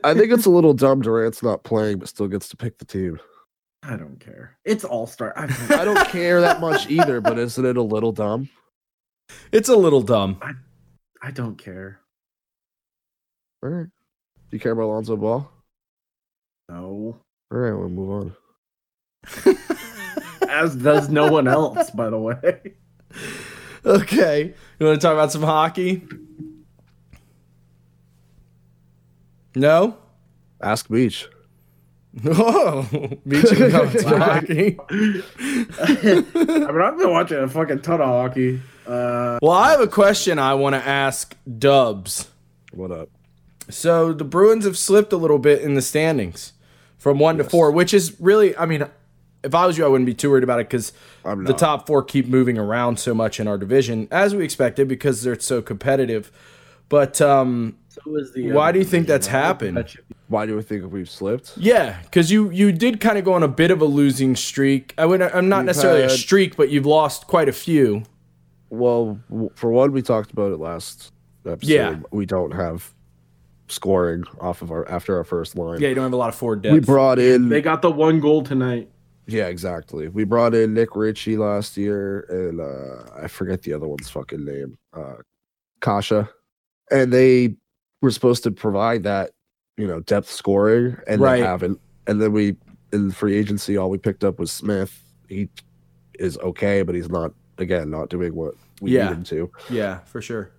B: I think it's a little dumb Durant's not playing, but still gets to pick the team.
C: I don't care. It's all star. I,
B: I don't care that much either, but isn't it a little dumb?
A: It's a little dumb.
C: I don't care.
B: All right. Do you care about Alonzo Ball?
C: No.
B: All right, we'll move on.
C: As does no one else, by the way.
A: Okay. You want to talk about some hockey? No?
B: Ask Beach.
A: Oh, beach can come to hockey.
C: I mean, I've been watching a fucking ton of hockey. Uh,
A: Well, I have a question I want to ask Dubs.
B: What up?
A: So the Bruins have slipped a little bit in the standings from one to four, which is really, I mean, if I was you, I wouldn't be too worried about it because
B: I'm
A: the
B: not.
A: top four keep moving around so much in our division, as we expected, because they're so competitive. But um,
C: so is the.
A: Why
C: other
A: do you think
C: division.
A: that's
C: I hope
A: happened?
C: that should be-
B: Why do we think we've slipped?
A: yeah, because you you did kind of go on a bit of a losing streak. I would I'm not
B: We've
A: necessarily a
B: had-
A: streak, but you've lost quite a few.
B: Well, w- for one, we talked about it last episode.
A: Yeah.
B: We don't have scoring off of our after our first line.
A: Yeah, you don't have a lot of forward depth.
B: We brought in
C: They got the one goal tonight.
B: Yeah, exactly. We brought in Nick Ritchie last year and uh I forget the other one's fucking name. Uh Kasha. And they were supposed to provide that, you know, depth scoring and
A: Right.
B: they haven't. And then we in free agency all we picked up was Smith. he is okay, but he's not again not doing what we
A: Yeah.
B: need him to.
A: Yeah, for sure.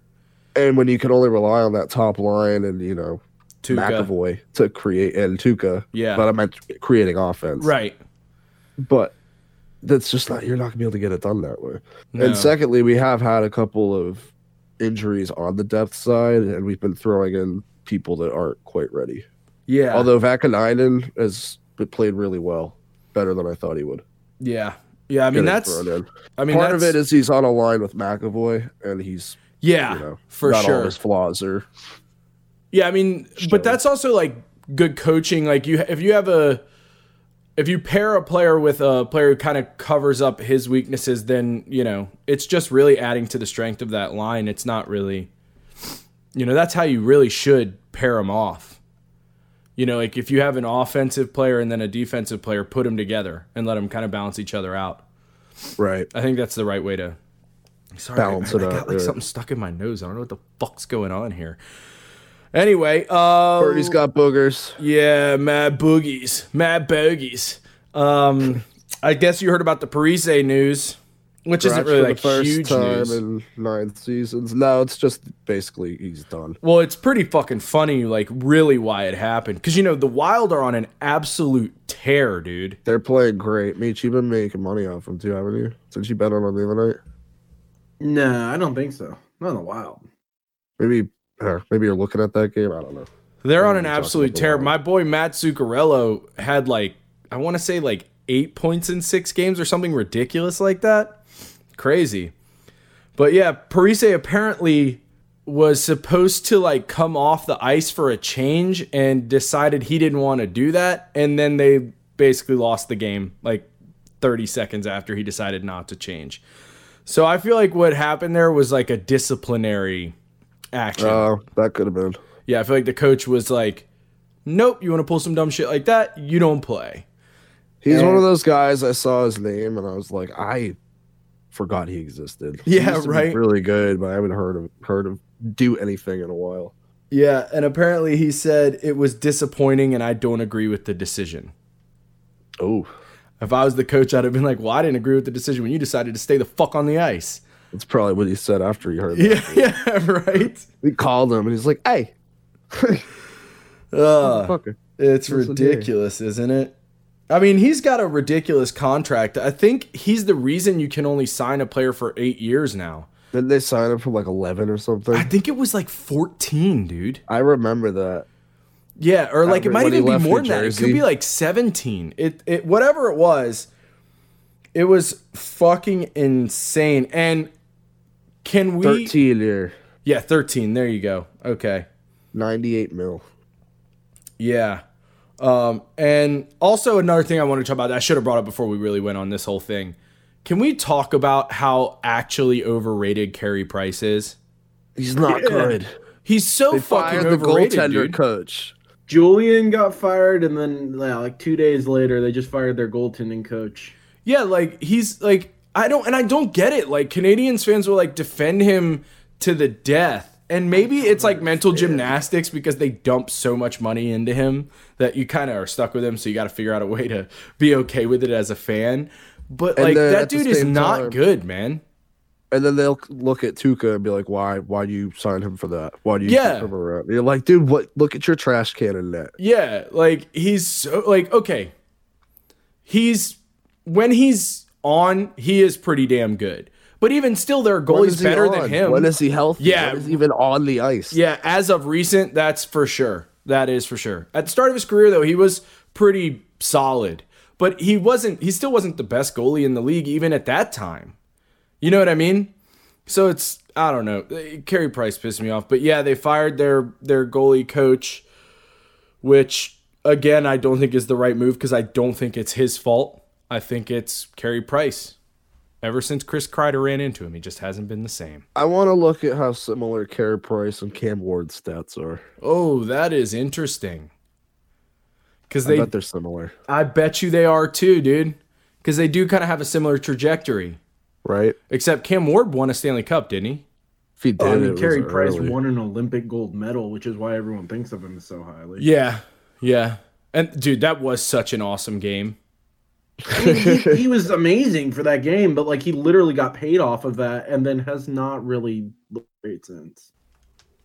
B: And when you can only rely on that top line and you know
A: Tuca.
B: McAvoy to create and Tuca,
A: Yeah.
B: but I meant creating offense.
A: right.
B: But that's just not you're not gonna be able to get it done that way.
A: No.
B: And secondly, we have had a couple of injuries on the depth side, and we've been throwing in people that aren't quite ready.
A: yeah.
B: Although Vakanainen has been- played really well, better than I thought he would.
A: yeah. Yeah. I mean,
B: Getting
A: that's,
B: thrown in.
A: I mean,
B: part of
A: that's-
B: it is he's on a line with McAvoy, and he's
A: yeah,
B: you know
A: Ah, for
B: not
A: sure.
B: all his flaws are
A: Yeah, I mean,
B: Sure.
A: but that's also like good coaching. Like you, if you have a, if you pair a player with a player who kind of covers up his weaknesses, then you know it's just really adding to the strength of that line. It's not really, you know, that's how you really should pair them off. You know, like if you have an offensive player and then a defensive player, put them together and let them kind of balance each other out.
B: right.
A: I think that's the right way to. Sorry,
B: Balance
A: man,
B: it
A: I got
B: out,
A: like
B: yeah.
A: something stuck in my nose. I don't know what the fuck's going on here. Anyway, uh,
B: Birdie's got boogers.
A: yeah, mad boogies, mad bogies. Um, I guess you heard about the Parise news, which isn't
B: Scratched
A: really
B: for
A: like
B: the first
A: huge
B: time
A: news.
B: in nine seasons. No, it's just basically he's done.
A: well, it's pretty fucking funny, like really why it happened, because you know the Wild are on an absolute tear, dude.
B: They're playing great. Meach, you've been making money off them too, haven't you? Since you bet on them the other night,
C: No, I don't think so. Not in the wild.
B: maybe uh, maybe you're looking at that game. I don't know.
A: They're
B: Oh,
A: on an
B: you're talking
A: absolute
B: about the
A: tear.
B: Wild.
A: My boy Matt Zuccarello had like I want to say like eight points in six games or something ridiculous like that. Crazy. But yeah, Parise apparently was supposed to like come off the ice for a change and decided he didn't want to do that and then they basically lost the game like 30 seconds after he decided not to change. So I feel like what happened there was like a disciplinary action.
B: Oh, that could have been.
A: Yeah, I feel like the coach was like, "Nope, you want to pull some dumb shit like that? You don't play."
B: He's
C: And-
B: one of those guys. I saw his name and I was like, I forgot he existed. He
A: Yeah,
B: used to be
A: right.
B: really good, but I haven't heard of heard of do anything in a while.
A: Yeah, and apparently he said it was disappointing, and I don't agree with the decision.
B: Oh,
A: If I was the coach, I'd have been like, "Well, I didn't agree with the decision when you decided to stay the fuck on the ice."
B: that's probably what he said after he heard.
A: Yeah, yeah, right.
B: that. he called him and he's like, "Hey,
A: Ugh,
B: fucker."
A: it's
B: What's the deal?
A: ridiculous, isn't it? I mean, he's got a ridiculous contract. I think he's the reason you can only sign a player for eight years now.
B: Didn't they sign him for like eleven or
A: I
B: something?
A: think it was like 14, dude.
B: I remember that.
A: Yeah, or like it
B: After-
A: might
B: when he
A: even be
B: left
A: more
B: New
A: than that. It could
B: Jersey.
A: be like 17. It it whatever it was, it was fucking insane. And can we
B: Thirteen year,
A: Yeah, 13. There you go. Okay.
B: ninety-eight mil.
A: Yeah. Um and also another thing I want to talk about that I should have brought up before we really went on this whole thing. Can we talk about how actually overrated Carey Price is?
B: He's not
C: Yeah.
B: good.
A: He's so
B: They
A: fucking
B: fired the
A: overrated,
B: goaltender
A: dude.
B: coach.
C: Julian got fired, and then yeah, like two days later, they just fired their goaltending coach.
A: Yeah, like he's like I don't and I don't get it. Like Canadians fans will like defend him to the death. And maybe it's like mental gymnastics because they dump so much money into him that you kind of are stuck with him, so you got to figure out a way to be okay with it as a fan. But
B: And
A: like
B: then
A: that
B: at the
A: dude is
B: same
A: not
B: time-
A: good, man.
B: And then they'll look at Tuca and be like, "Why? Why do you sign him for that? Why do you
A: Yeah.
B: keep him around?" You're like, "Dude, what? Look at your trash can in net."
A: Yeah, like he's so like okay. He's when he's on, he is pretty damn good. But even still, there are
B: When
A: goalies
B: is he
A: better than
B: on?
A: him.
B: When is he healthy?
A: Yeah.
B: When is he even on the ice?
A: Yeah, as of recent, that's for sure. That is for sure. At the start of his career, though, he was pretty solid, but he wasn't. He still wasn't the best goalie in the league, even at that time. You know what I mean? So it's I don't know. Carey Price pissed me off, but yeah, they fired their their goalie coach, which again I don't think is the right move because I don't think it's his fault. I think it's Carey Price. Ever since Chris Kreider ran into him, he just hasn't been the same.
B: I want to look at how similar Carey Price and Cam Ward's stats are.
A: Oh, that is interesting. Because
B: I
A: they,
B: bet they're similar,
A: I bet you they are too, dude. Because they do kind of have a similar trajectory.
B: right?
A: Except Cam Ward won a Stanley Cup, didn't he?
B: If he
A: Oh,
B: did,
C: Oh, I
B: it
C: mean,
B: was
C: Carey Price
B: early.
C: won an Olympic gold medal, which is why everyone thinks of him so highly.
A: Yeah, yeah. And dude, that was such an awesome game.
C: I mean, he, he was amazing for that game, but like he literally got paid off of that, and then has not really looked great since.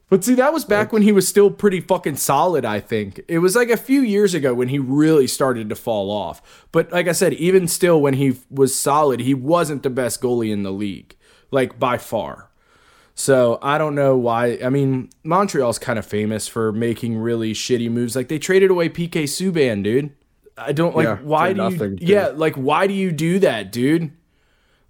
A: But see, that was back when he was still pretty fucking solid, I think. It was like a few years ago when he really started to fall off. But like I said, even still, when he was solid, he wasn't the best goalie in the league, like by far. So I don't know why. I mean, Montreal's kind of famous for making really shitty moves. Like they traded away PK Subban, dude. I don't like
B: Yeah,
A: why
B: for
A: do you
B: nothing, dude.
A: yeah like why do you do that, dude?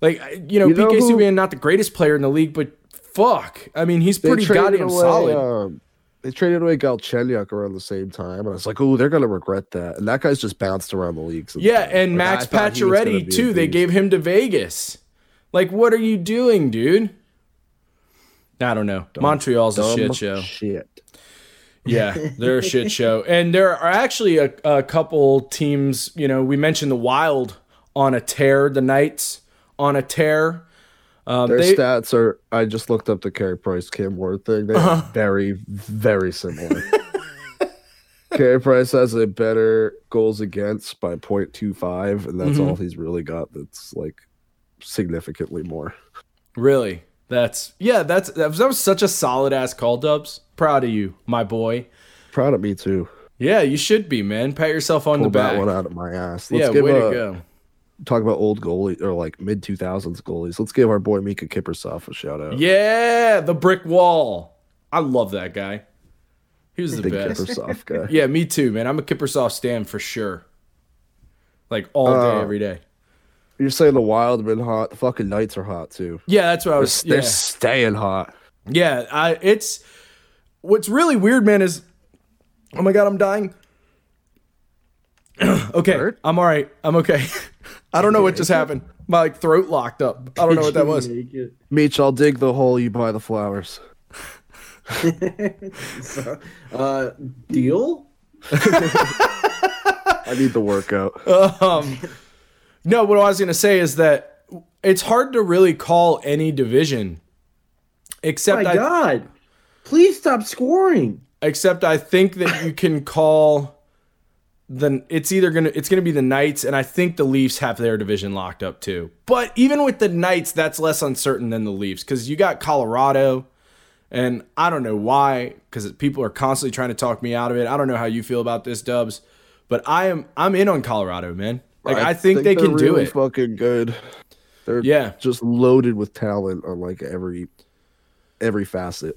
A: Like I- you know,
B: You know
A: PK
B: who-
A: Subban not the greatest player in the league, but fuck, I mean he's
B: They
A: pretty
B: traded
A: goddamn
B: away,
A: solid.
B: Um, they traded away Galchenyuk around the same time, and I was like, "Oh, they're gonna regret that." And that guy's just bounced around the league. since
A: Yeah,
B: then.
A: and
B: Like,
A: Max
B: I thought he was gonna be a
A: Pacioretty too. They
B: beast.
A: gave him to Vegas. Like, what are you doing, dude? I don't know. Montreal's a
B: Dumb
A: shit show.
B: Shit.
A: Yeah, they're a shit show. And there are actually a, a couple teams, you know, we mentioned the Wild on a tear, the Knights on a tear. Um,
B: Their
A: they,
B: stats are. I just looked up the Carey Price Kim Ward thing. They're
A: Uh-huh.
B: very, very similar. Carey Price has a better goals against by 0.25, and that's
A: Mhm.
B: all he's really got. That's like significantly more.
A: really, that's, yeah, that's, that was, that was such a solid ass call, Dubs. Proud of you, my boy.
B: Proud of me too.
A: Yeah, you should be, man. Pat yourself on
B: Pulled
A: the back.
B: that one out of my ass. Let's
A: yeah,
B: give
A: way
B: a-
A: to go.
B: talk about old goalie or like mid 2000s goalies. Let's give our boy Mika Kippersoff a shout out.
A: Oh. Yeah, the brick wall. I love that guy. He was the
B: Big
A: best.
B: Kippersoff guy.
A: Yeah, me too, man. I'm a Kippersoft stand for sure. Like all day,
B: Uh,
A: every day.
B: You're saying the Wild have been hot. The fucking Knights are hot too.
A: Yeah, that's what I
B: They're,
A: was.
B: they're
A: Yeah,
B: staying hot.
A: yeah. I, it's what's really weird, man. Is oh my god, I'm dying. okay,
B: Hurt?
A: I'm all right. I'm okay. I don't know what just happened. My like throat locked up. I don't know what that was.
C: Make it-
B: Meach, I'll dig the hole. You buy the flowers.
C: so, uh, deal.
B: I need the workout.
A: um, no, what I was gonna say is that it's hard to really call any division,
C: My
A: except I,
C: God, please stop scoring.
A: except I think that you can call the it's either gonna it's gonna be the Knights and I think the Leafs have their division locked up too. But even with the Knights, that's less uncertain than the Leafs because you got Colorado, and I don't know why because people are constantly trying to talk me out of it. I don't know how you feel about this, Dubs, but I am I'm in on Colorado, man. Like I, think, they
B: they're
A: can do
B: really
A: it.
B: Fucking good. They're
A: Yeah.
B: just loaded with talent on like every every facet.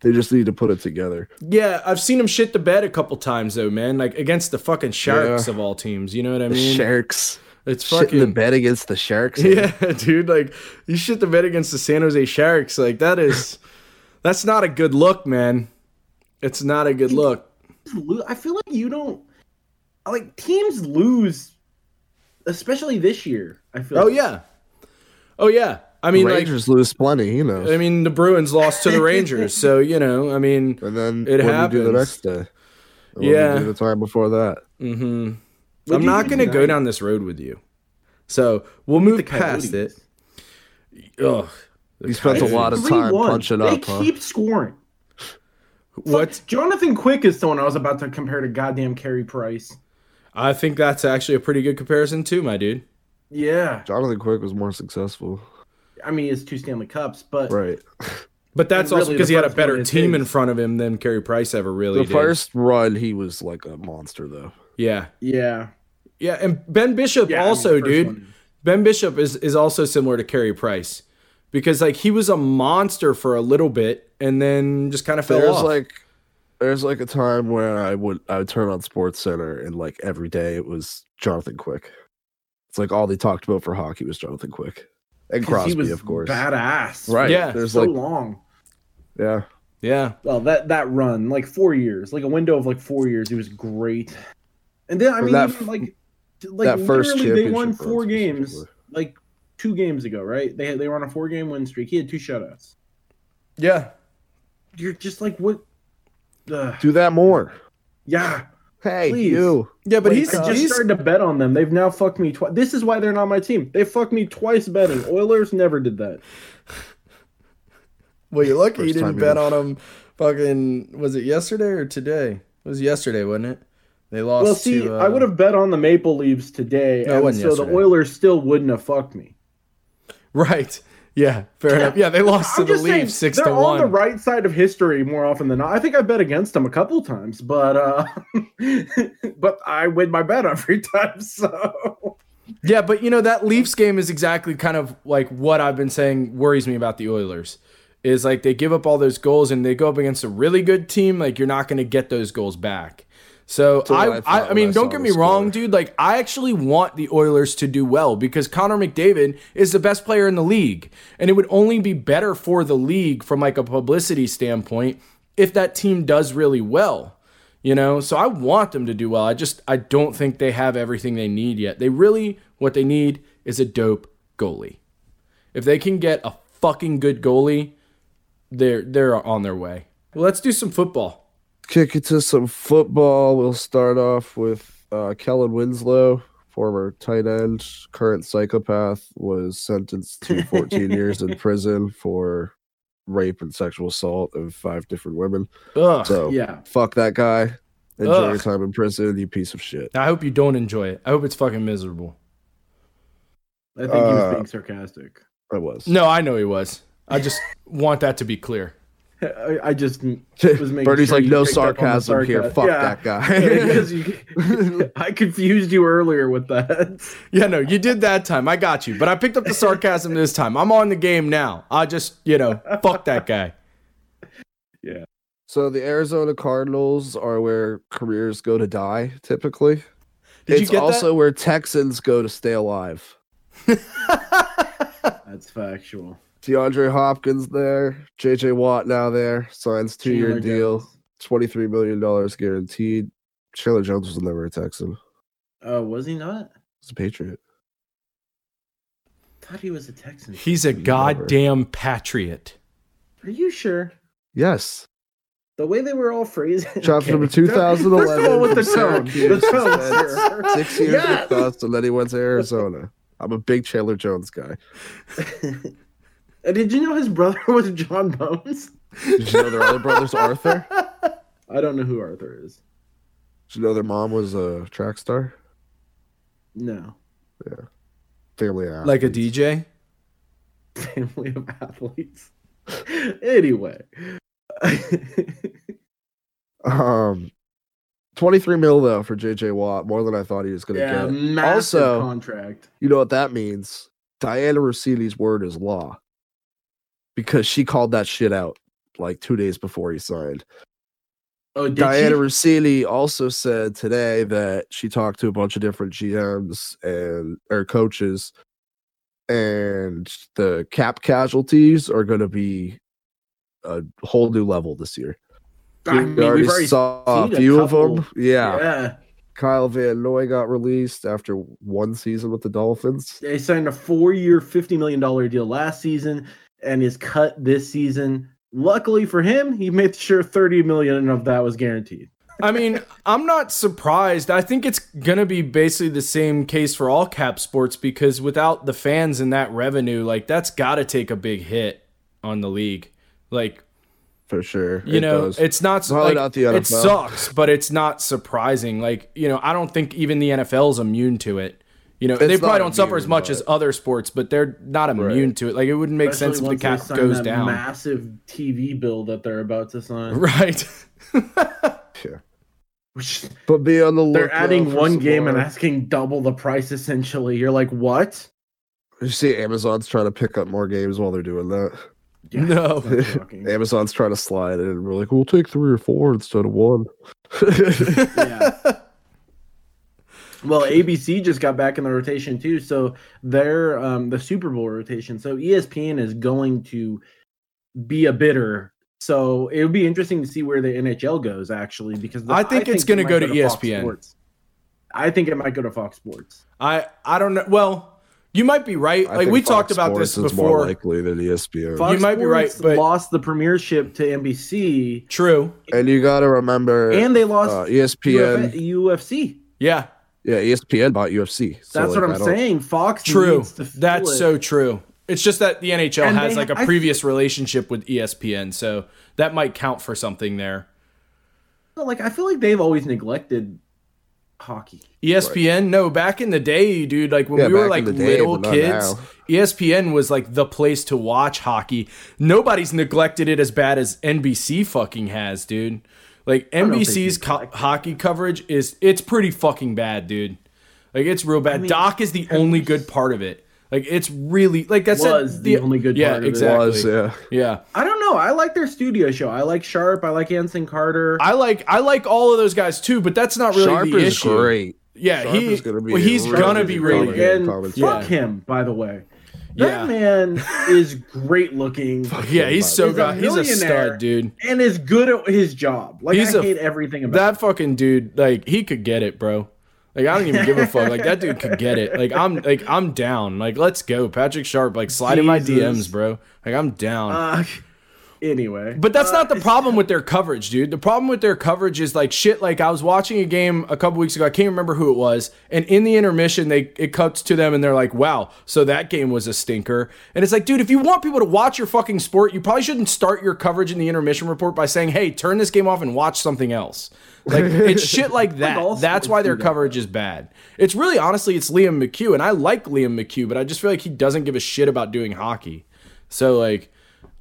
B: They just need to put it together.
A: Yeah, I've seen him shit the bed a couple times though, man. Like against the fucking sharks
B: Yeah.
A: of all teams. You know what I
B: The
A: mean?
B: sharks.
A: it's
B: Shit in the
A: fucking
B: bed against the sharks.
A: yeah, dude. Like you shit the bed against the San Jose Sharks. Like that is, that's not a good look, man. It's not a good look.
C: lo- I feel like you don't like teams lose, especially this year. I feel.
A: Oh
C: like.
A: yeah, oh yeah. I mean,
B: Rangers lose plenty, you know.
A: like, I mean, the Bruins lost to the Rangers, so you know, I mean,
B: And then
A: It
B: what do you do the
A: happens.
B: next day? And what do you
A: Yeah.
B: do the time before that.
A: hmm
C: What
A: I'm
C: do you
A: not
C: think
A: gonna go
C: tonight?
A: down this road with you. So we'll move
C: The
A: past it. Ugh.
C: Coyotes.
B: You spent a
A: Coyotes.
B: lot of time
C: 3-1.
B: punching
C: they
B: up, huh?
C: keep scoring.
A: What?
C: Jonathan Quick is someone I was about to compare to goddamn Carey Price.
A: I think that's actually a pretty good comparison too, my dude.
C: Yeah,
B: Jonathan Quick was more successful.
C: I mean it's two Stanley Cups, but
B: Right.
A: But that's
C: And
A: also
C: really,
A: because
C: the
A: he had a
C: first one
A: better
C: is
A: team
C: his.
A: in front of him than Carey Price ever really
B: The
A: did.
B: first run, he was like a monster, though.
A: yeah,
C: yeah,
A: yeah, and Ben Bishop
C: yeah. I mean,
A: also,
C: the first
A: dude.
C: one.
A: Ben Bishop is is also similar to Carey Price because like he was a monster for a little bit and then just kind of fell
B: There's
A: off.
B: like, there's like a time where I would I would turn on Sports Center and like every day it was Jonathan Quick. It's like all they talked about for hockey was Jonathan Quick and
C: 'Cause
B: Crosby,
C: he was
B: of course.
C: badass.
B: Right.
A: Yeah.
B: There's
C: so
B: like
C: long.
B: yeah.
A: yeah,
C: Well, that that run, like four years, like a window of like four years, it was great. And then I
B: And
C: mean,
B: that
C: even
B: f-
C: like, like
B: that first
C: literally, they won
B: championship run
C: four games,
B: specifically.
C: like two games ago, right? They they were on a four game win streak. He had two shutouts.
A: yeah,
C: You're just like, what? Uh,
B: Do that more.
C: yeah,
B: Hey,
C: Please.
B: you.
A: yeah. But
C: Like,
A: he's,
C: I just
A: he's
C: started to bet on them. They've now fucked me twice. This is why they're not my team. They fucked me twice betting. Oilers never did that.
A: well, you're lucky
B: First time you-
A: on him. Fucking was it yesterday or today? It was yesterday, wasn't it?
D: They lost.
C: well, see,
D: to, uh,
C: I would have bet on the Maple Leaves today,
D: No, it
C: and so
D: wasn't yesterday.
C: the Oilers still wouldn't have fucked me.
A: uh, Right. Yeah. Fair enough. Yeah, they lost to
C: I'm
A: the
C: just saying,
A: Leafs six
C: they're
A: to
C: on
A: one.
C: the right side of history more often than not. I think I bet against them a couple times, but uh, but I win my bet every time. So
A: Yeah, but you know that Leafs game is exactly kind of like what I've been saying worries me about the Oilers. Is like they give up all those goals and they go up against a really good team. Like you're not going to get those goals back. So
B: what
A: I,
B: I
A: I,
B: thought
A: I,
B: when
A: mean,
B: I
A: don't
B: saw
A: get
B: the
A: me wrong,
B: score.
A: dude. Like I actually want the Oilers to do well because Connor McDavid is the best player in the league, and it would only be better for the league from like a publicity standpoint if that team does really well. You know, so I want them to do well. I just I don't think they have everything they need yet. They really what they need is a dope goalie. If they can get a fucking good goalie, they're they're on their way. Well, let's do some football.
B: Kick it to some football. We'll start off with uh, Kellen Winslow, former tight end, current psychopath, was sentenced to 14 years in prison for rape and sexual assault of five different women.
A: Ugh.
B: So
C: yeah,
B: fuck that guy. Enjoy your
A: Ugh.
B: time in prison, you piece of shit.
A: I hope you don't enjoy it. I hope it's fucking miserable.
C: I think he was
B: Uh,
C: being sarcastic.
B: I was.
A: No, I know he was. I just want that to be clear.
C: I, I just was making
B: Bernie's
C: sure
B: like,
C: you
B: no
C: picked up on the
B: sarcasm here.
C: sarcasm."
B: Fuck
C: Yeah.
B: that guy.
C: because you, I confused you earlier with that.
A: Yeah, no, you did that time. I got you. But I picked up the sarcasm this time. I'm on the game now. I just, you know, fuck that guy.
B: so the Arizona Cardinals are where careers go to die, typically.
A: Did
B: it's
A: you get
B: also where Texans go to stay alive.
C: That's factual.
B: DeAndre Hopkins there, JJ Watt now there, signs two year
C: Chandler
B: deal,
C: Jones.
B: twenty three million dollars guaranteed. Chandler Jones was never a Texan.
C: Oh, was he not?
B: He's a Patriot.
C: Thought he was a Texan.
A: that? He's a goddamn patriot.
C: Are you sure?
B: Yes.
C: The way they were all phrasing.
B: Chopped him in
C: Okay. That's- That's the one
B: 2011
C: with the
B: from
C: tone. The
B: Syracuse.
C: tone. sir.
B: Six years
C: Yes!
B: with us, and then he went to Arizona. I'm a big Chandler Jones guy.
C: And did you know his brother was John Bones?
B: Did you know their other brother's Arthur?
C: I don't know who Arthur is.
B: Did you know their mom was a track star?
C: No.
B: Family ass.
A: Like a DJ?
C: Family of athletes. anyway.
B: um, twenty three mil though for JJ Watt, more than I thought he was going to
C: yeah,
B: get.
C: massive
B: Also-
C: contract.
B: You know what that means? Diana Rossini's word is law because she called that shit out like two days before he signed.
C: Oh, did
B: Diana
C: she?
B: Rossini also said today that she talked to a bunch of different GMs and or coaches, and the cap casualties are going to be a whole new level this year.
C: I
B: we
C: mean,
B: already
C: we've already
B: saw a
C: seen a
B: few of them.
C: couple.
B: Yeah.
C: yeah.
B: Kyle Van Noy got released after one season with the Dolphins.
C: They signed a four-year, fifty million dollar deal last season, and is cut this season. Luckily for him, he made sure thirty million of that was guaranteed.
A: I mean, I'm not surprised. I think it's going to be basically the same case for all cap sports because without the fans and that revenue, like that's got to take a big hit on the league. Like,
B: For sure.
A: you
B: It
A: know,
B: does.
A: it's not
B: Probably
A: like,
B: not the
A: it
B: NFL.
A: sucks, but it's not surprising. Like, you know, I don't think even the NFL's immune to it. You know, they
B: It's
A: probably
B: not
A: don't suffer as
B: immune,
A: much
B: but-
A: as other sports, but they're not immune to it. Like, it wouldn't make
C: Especially
A: sense if
C: once
A: the
C: they
A: cap
C: sign
A: goes
C: that
A: down,
C: Massive TV bill that they're about to sign.
A: right?
C: Which
B: But be on the
C: they're
B: lookout
C: adding
B: for
C: one
B: some
C: game and
B: more-
C: asking double the price. Essentially, you're like, what?
B: You see, Amazon's trying to pick up more games while they're doing that.
A: No.
C: it's not shocking.
B: Amazon's trying to slide in. We're like, we'll take three or four instead of one.
C: yeah. Well, ABC just got back in the rotation too, so they're um, the Super Bowl rotation. So E ESPN is going to be a bidder. So it would be interesting to see where the NHL goes actually, because the-
A: I think it's
C: it
A: gonna
C: might
A: go to E
C: Fox
A: ESPN.
C: Sports. I think it might go to Fox Sports.
A: I I don't know. Well, you might be right.
B: I
A: Like
B: think
A: we
B: Fox
A: talked about
B: Sports
A: this
B: is more
A: before.
B: likely than E ESPN.
C: Fox
A: might be right,
C: Sports
A: but-
C: lost the premiership to NBC,
A: True.
B: and you got to remember,
C: and they lost
B: uh,
C: UF-
B: ESPN.
C: UFC.
A: Yeah.
B: Yeah, E ESPN bought UFC. So,
C: That's
B: like,
C: what
B: I
C: I'm
B: don't-
C: saying. Fox
A: True.
C: needs to fill
A: That's
C: it.
A: so true. It's just that the NHL
C: And
A: has
C: they-
A: like a
C: I-
A: previous relationship with E ESPN, so that might count for something there.
C: But, like I feel like they've always neglected hockey.
A: E ESPN, no, back in the day, dude, like when
B: Yeah,
A: we were
B: back
A: like
B: in the day,
A: little
B: but not
A: kids, E
B: now.
A: ESPN was like the place to watch hockey. Nobody's neglected it as bad as NBC fucking has, dude. Like
C: don't think
A: NBC's
C: you
A: co-
C: neglect it.
A: hockey coverage is it's pretty fucking bad, dude. Like it's real bad.
C: mean,
A: Doc is the only good part of it. Like it's really like I said,
C: Was the only good
A: yeah,
C: part of it.
A: exactly.
B: Was yeah.
A: Yeah.
C: I don't know. I like their studio show. I like Sharp. I like Anson Carter.
A: I like I like all of those guys too, but that's not really
B: Sharp
A: the
B: is
A: issue.
B: great.
A: Yeah,
B: Sharp
A: he,
B: is gonna be
A: well, he's
B: really
A: gonna
B: good
A: be
B: at
A: really
B: comedy.
A: good.
C: and
B: Colin
C: fuck
A: Farrell.
C: him, by the way.
A: Yeah.
C: That man is great looking
A: Yeah, he's so
C: He's a
A: good. He's a
C: millionaire.
A: stud, dude.
C: and is good at his job. Like
A: He's
C: I
A: a-
C: hate everything about
A: That fucking dude, like he could get it, bro. Like I don't even give a fuck. Like that dude could get it. Like I'm like I'm down. Like let's go. Patrick Sharp, like slide in my
C: Jesus.
A: DMs, bro. Like I'm down.
C: Uh, anyway,
A: But that's
C: Uh,
A: not the
C: it's-
A: problem with their coverage, dude. The problem with their coverage is like shit. Like I was watching a game a couple weeks ago. I can't remember who it was, and in the intermission, they it cuts to them, and they're like, "Wow, so that game was a stinker." And it's like, dude, if you want people to watch your fucking sport, you probably shouldn't start your coverage in the intermission report by saying, "Hey, turn this game off and watch something else." Like it's shit like that.
C: all
A: That's
C: sports
A: why their
C: do that.
A: coverage is bad. It's really honestly, it's Liam McHugh, and I like Liam McHugh, but I just feel like he doesn't give a shit about doing hockey. So like.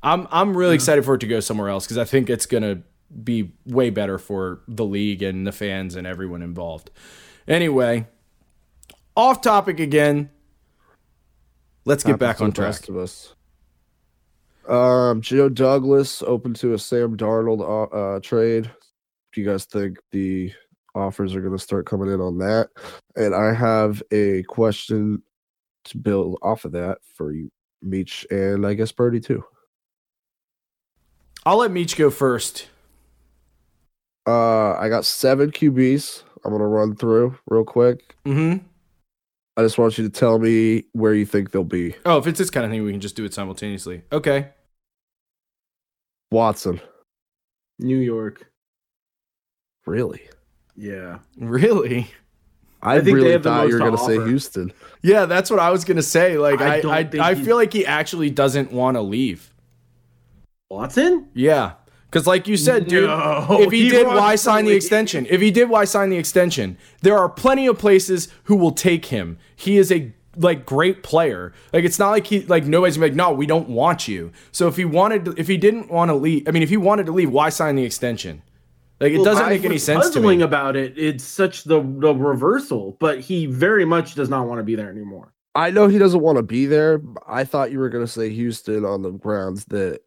A: I'm I'm really excited for it to go somewhere else because I think it's gonna be way better for the league and the fans and everyone involved. Anyway, off topic again. Let's get back on
B: to the
A: track.
B: rest of us. Um, Joe Douglas open to a Sam Darnold uh, uh, trade. Do you guys think the offers are going to start coming in on that? And I have a question to build off of that for you, Meech, and I guess Birdie too.
A: I'll let Meech go first.
B: Uh, I got seven QBs. I'm going to run through real quick.
A: Mm-hmm.
B: I just want you to tell me where you think they'll be.
A: Oh, if it's this kind of thing, we can just do it simultaneously. Okay.
B: Watson,
C: New York.
B: really?
C: Yeah,
A: Really?
B: I,
C: I think they
B: really
C: have the
B: thought you were
C: most
B: going
C: to
B: to say
C: offer.
B: Houston.
A: Yeah, that's what I was gonna say. Like
C: I
A: I
C: don't
A: I,
C: think
A: I,
C: he-
A: feel like he actually doesn't want to leave.
C: Watson.
A: Yeah. Cause like you said, dude,
C: No,
A: if he,
C: he
A: did,
C: wants
A: why
C: to
A: sign the
C: leave.
A: extension? If he did, why sign the extension? There are plenty of places who will take him. He is a like great player. Like it's not like he like nobody's gonna be like, no, we don't want you. So if he wanted, to, if he didn't want to leave, I mean, if he wanted to leave, why sign the extension? Like it doesn't
C: I
A: make any
C: was
A: sense to
C: Puzzling
A: me.
C: about it, it's such the the reversal. But he very much does not want to be there anymore.
B: I know he doesn't want to be there. but I thought you were going to say Houston on the grounds that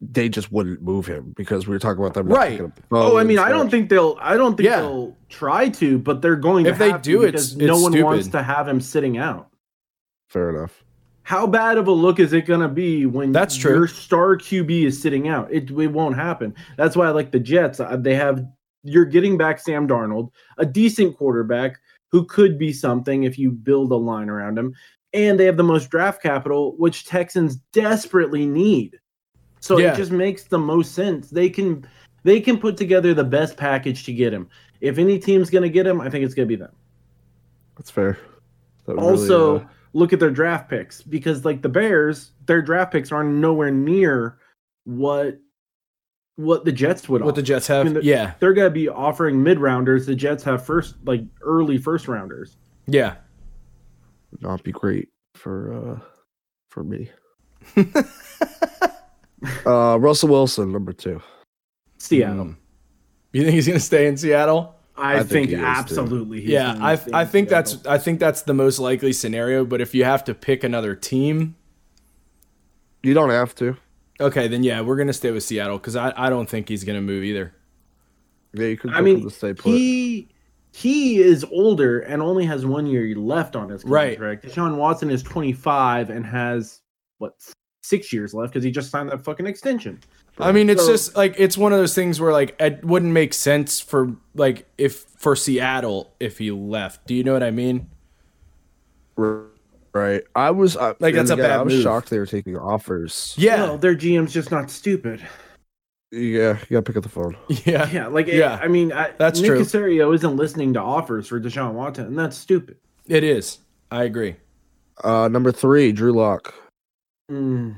B: they just wouldn't move him because we were talking about them. not
A: Right.
B: picking up the
C: Oh, I
B: phone
C: mean,
B: and
C: I don't
B: stuff.
C: think they'll. I don't think
A: Yeah.
C: they'll try to, but they're going.
A: If
C: to
A: they
C: have
A: do,
C: to
A: it's-
C: because no
A: it's
C: one wants
A: stupid.
C: to have him sitting out.
B: Fair enough.
C: How bad of a look is it going to be when
A: That's true.
C: your star QB is sitting out? It, it won't happen. That's why I like the Jets. Uh, They have you're getting back Sam Darnold, a decent quarterback who could be something if you build a line around him, and they have the most draft capital, which Texans desperately need. So
A: Yeah.
C: it just makes the most sense. They can they can put together the best package to get him. If any team's going to get him, I think it's going to be them
B: That's fair. That really,
C: also
B: uh,
C: look at their draft picks because like the bears their draft picks are nowhere near what what the jets would
A: What
C: offer.
A: the Jets have?
C: I mean,
A: yeah,
C: they're going to be offering mid rounders the jets have first like early first rounders
A: yeah.
B: would not be great for uh for me. uh Russell Wilson, number two.
C: seattle
A: Mm. You think he's gonna stay in Seattle?
C: I,
B: I think
C: think,
B: he is, too.
C: absolutely he's
A: yeah,
C: gonna
A: I
C: stay
A: I
C: in
A: think that's
C: Seattle.
A: I think that's the most likely scenario. But if you have to pick another team,
B: You don't have to.
A: Okay, then yeah, we're gonna stay with Seattle because I, I don't think he's gonna move either.
B: Yeah, you could
C: I mean,
B: to stay put.
C: he he is older and only has one year left on his
A: Right.
C: contract. Deshaun Watson is 25 and has what six years left because he just signed that fucking extension.
A: I mean, it's
C: So-
A: just like it's one of those things where like it wouldn't make sense for like if for Seattle if he left. Do you know what I mean?
B: right. I was I,
A: Like, that's
B: and
A: a
B: again,
A: bad
B: I was
A: move.
B: shocked they were taking offers.
A: Yeah,
C: No, their GM's just not stupid.
B: Yeah, you gotta pick up the phone.
A: yeah,
C: Yeah, like
A: Yeah.
C: yeah. I mean, I,
A: That's
C: Nick
A: true.
C: Casario isn't listening to offers for Deshaun Watson, and that's stupid.
A: it is. I agree.
B: Uh number three, Drew Lock.
C: Mm.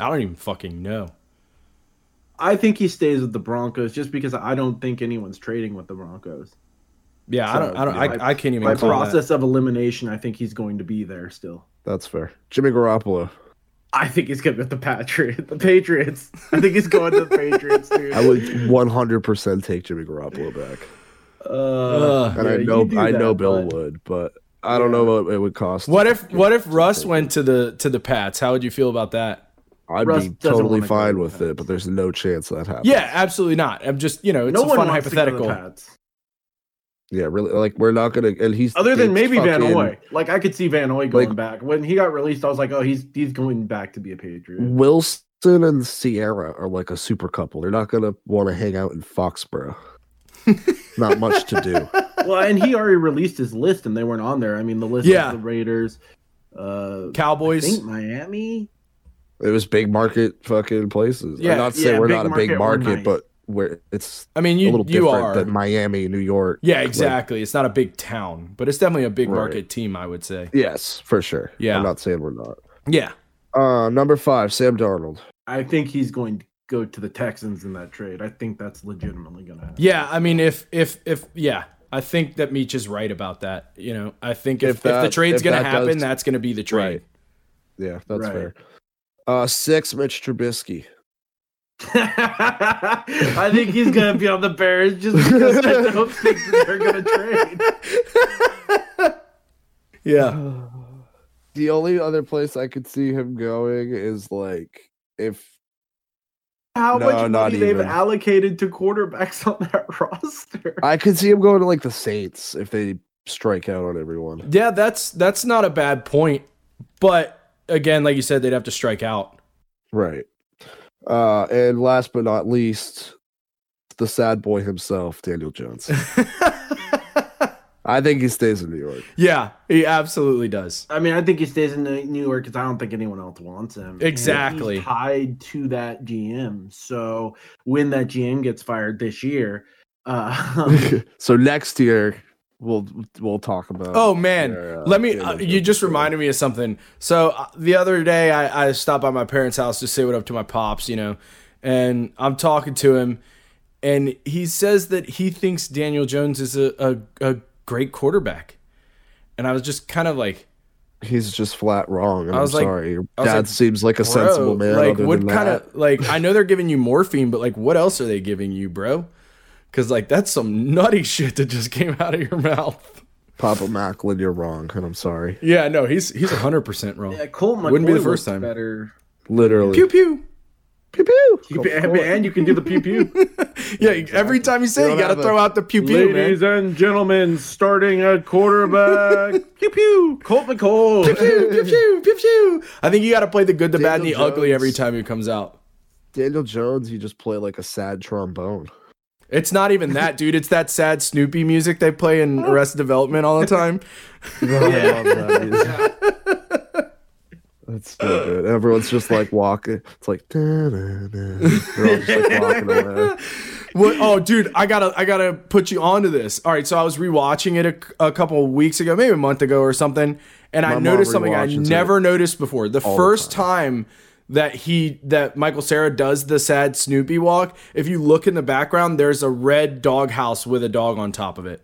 A: I don't even fucking know.
C: I think he stays with the Broncos just because I don't think anyone's trading with the Broncos.
A: Yeah, I don't. I don't. I, I can't even.
C: By
A: call that.
C: process of elimination, I think he's going to be there still.
B: That's fair. Jimmy Garoppolo.
C: I think he's going to the Patriots. The Patriots. I think he's going to the Patriots, dude.
B: I would 100% take Jimmy Garoppolo back.
C: Uh,
B: And I
C: yeah,
B: know
C: you do
B: I
C: that,
B: know Bill
C: but-
B: would, but I don't know what it would cost.
A: What if what if Russ went to the to the Pats? How would you feel about that?
B: I'd
C: Russ
B: be
C: doesn't
B: totally
C: wanna go
B: fine
C: to
B: with
C: the
B: it, but there's no chance that happens.
A: Yeah, absolutely not. I'm just you know it's
C: No
A: a
C: one
A: fun
C: wants to go to the
A: hypothetical.
C: Pats.
B: Yeah, really. Like we're not gonna. And he's
C: Other
B: he's
C: than maybe Van
B: fucking-
C: Oy. Like I could see Van Oy going
B: Like-
C: back. When he got released, I was like, oh, he's he's going back to be a Patriot.
B: Wilson and Sierra are like a super couple. They're not gonna want to hang out in Foxborough. not much to do.
C: well, and he already released his list, and they weren't on there. I mean, the list
A: Yeah.
C: was the Raiders, uh, I
A: Cowboys.
C: think Miami.
B: It was big market fucking places.
A: Yeah,
B: I'm not saying
C: yeah,
B: we're
C: big
B: not a big
C: market, we're
B: market,
C: nice.
B: but where it's
A: I mean,
B: a little
A: you you
B: different
A: are.
B: than Miami, New York.
A: yeah,
B: Like,
A: exactly. it's not a big town, but it's definitely a big
B: Right.
A: market team. I would say.
B: yes, for sure.
A: Yeah.
B: I'm not saying we're not.
A: Yeah.
B: Uh, number five, Sam Darnold.
C: I think he's going to go to the Texans in that trade. I think that's legitimately going to happen.
A: Yeah. I mean, if if if yeah. I think that Meach is right about that. You know, I think if,
B: If
A: if, the
B: that-
A: trade's
B: if
A: going to
B: that
A: happen,
B: does-
A: that's going to be the trade.
B: Yeah, that's
C: Right.
B: fair. Uh, six, Mitch Trubisky.
C: I think he's gonna be on the Bears just because I don't think that they're gonna trade.
A: Yeah.
B: The only other place I could see him going is like if
C: How
B: No,
C: much
B: not
C: money they've
B: even.
C: allocated to quarterbacks on that roster?
B: I could see him going to like the Saints if they strike out on everyone.
A: Yeah, that's that's not a bad point. But again, like you said, they'd have to strike out.
B: Right. Uh, and last but not least, the sad boy himself, Daniel Jones. I think he stays in New York.
A: Yeah, he absolutely does.
C: I mean, I think he stays in New York because I don't think anyone else wants him. And
A: Exactly.
C: he's tied to that GM. So when that GM gets fired this year, uh,
B: so next year we'll we'll talk about.
A: Oh man,
B: their, uh,
A: let me.
B: Daniel
A: Uh, you
B: Jones
A: just
B: story.
A: reminded me of something. So uh, the other day, I, I stopped by my parents' house to say what up to my pops, you know, and I'm talking to him, and he says that he thinks Daniel Jones is a a, a great quarterback, and I was just kind of like,
B: he's just flat wrong. And
A: I was
B: I'm
A: like-
B: sorry, your
A: I was
B: dad
A: like,
B: seems like a
A: bro,
B: sensible man.
A: like
B: other
A: what
B: than
A: kind
B: that.
A: of like I know they're giving you morphine, but like what else are they giving you, bro? Because like that's some nutty shit that just came out of your mouth.
B: Papa Macklin? You're wrong, and I'm sorry.
A: Yeah, no, he's he's hundred percent wrong.
C: yeah, Colt McCoy
A: Wouldn't be the first
C: looks
A: time.
C: Better.
B: Literally,
A: Pew pew.
B: pew pew.
C: You can- and you can do the pew pew.
A: Yeah, every time you say, it, you
B: don't
A: gotta
B: have a-
A: throw out the pew pew, man.
C: Ladies and gentlemen, starting at quarterback, pew pew, Colt McCoy.
A: Pew, pew, pew, pew, pew. I think you gotta play the good, the bad, and the
B: Daniel
A: ugly every
B: Jones.
A: time it comes out.
B: Daniel Jones, you just play like a sad trombone.
A: It's not even that, dude. It's that sad Snoopy music they play in Arrested Development all the time.
B: I love that music. That's so good. Everyone's just like walking. It's like, "Da-da-da." they're all just like walking away.
A: What, oh, dude, I gotta, I gotta put you onto this. All right, so I was rewatching it a, a couple of weeks ago, maybe a month ago or something, and I
B: mom
A: noticed something I
B: rewatches it
A: never noticed before. The
B: the
A: first time. that he, that Michael Sarah does the sad Snoopy walk. If you look in the background, there's a red dog house with a dog on top of it,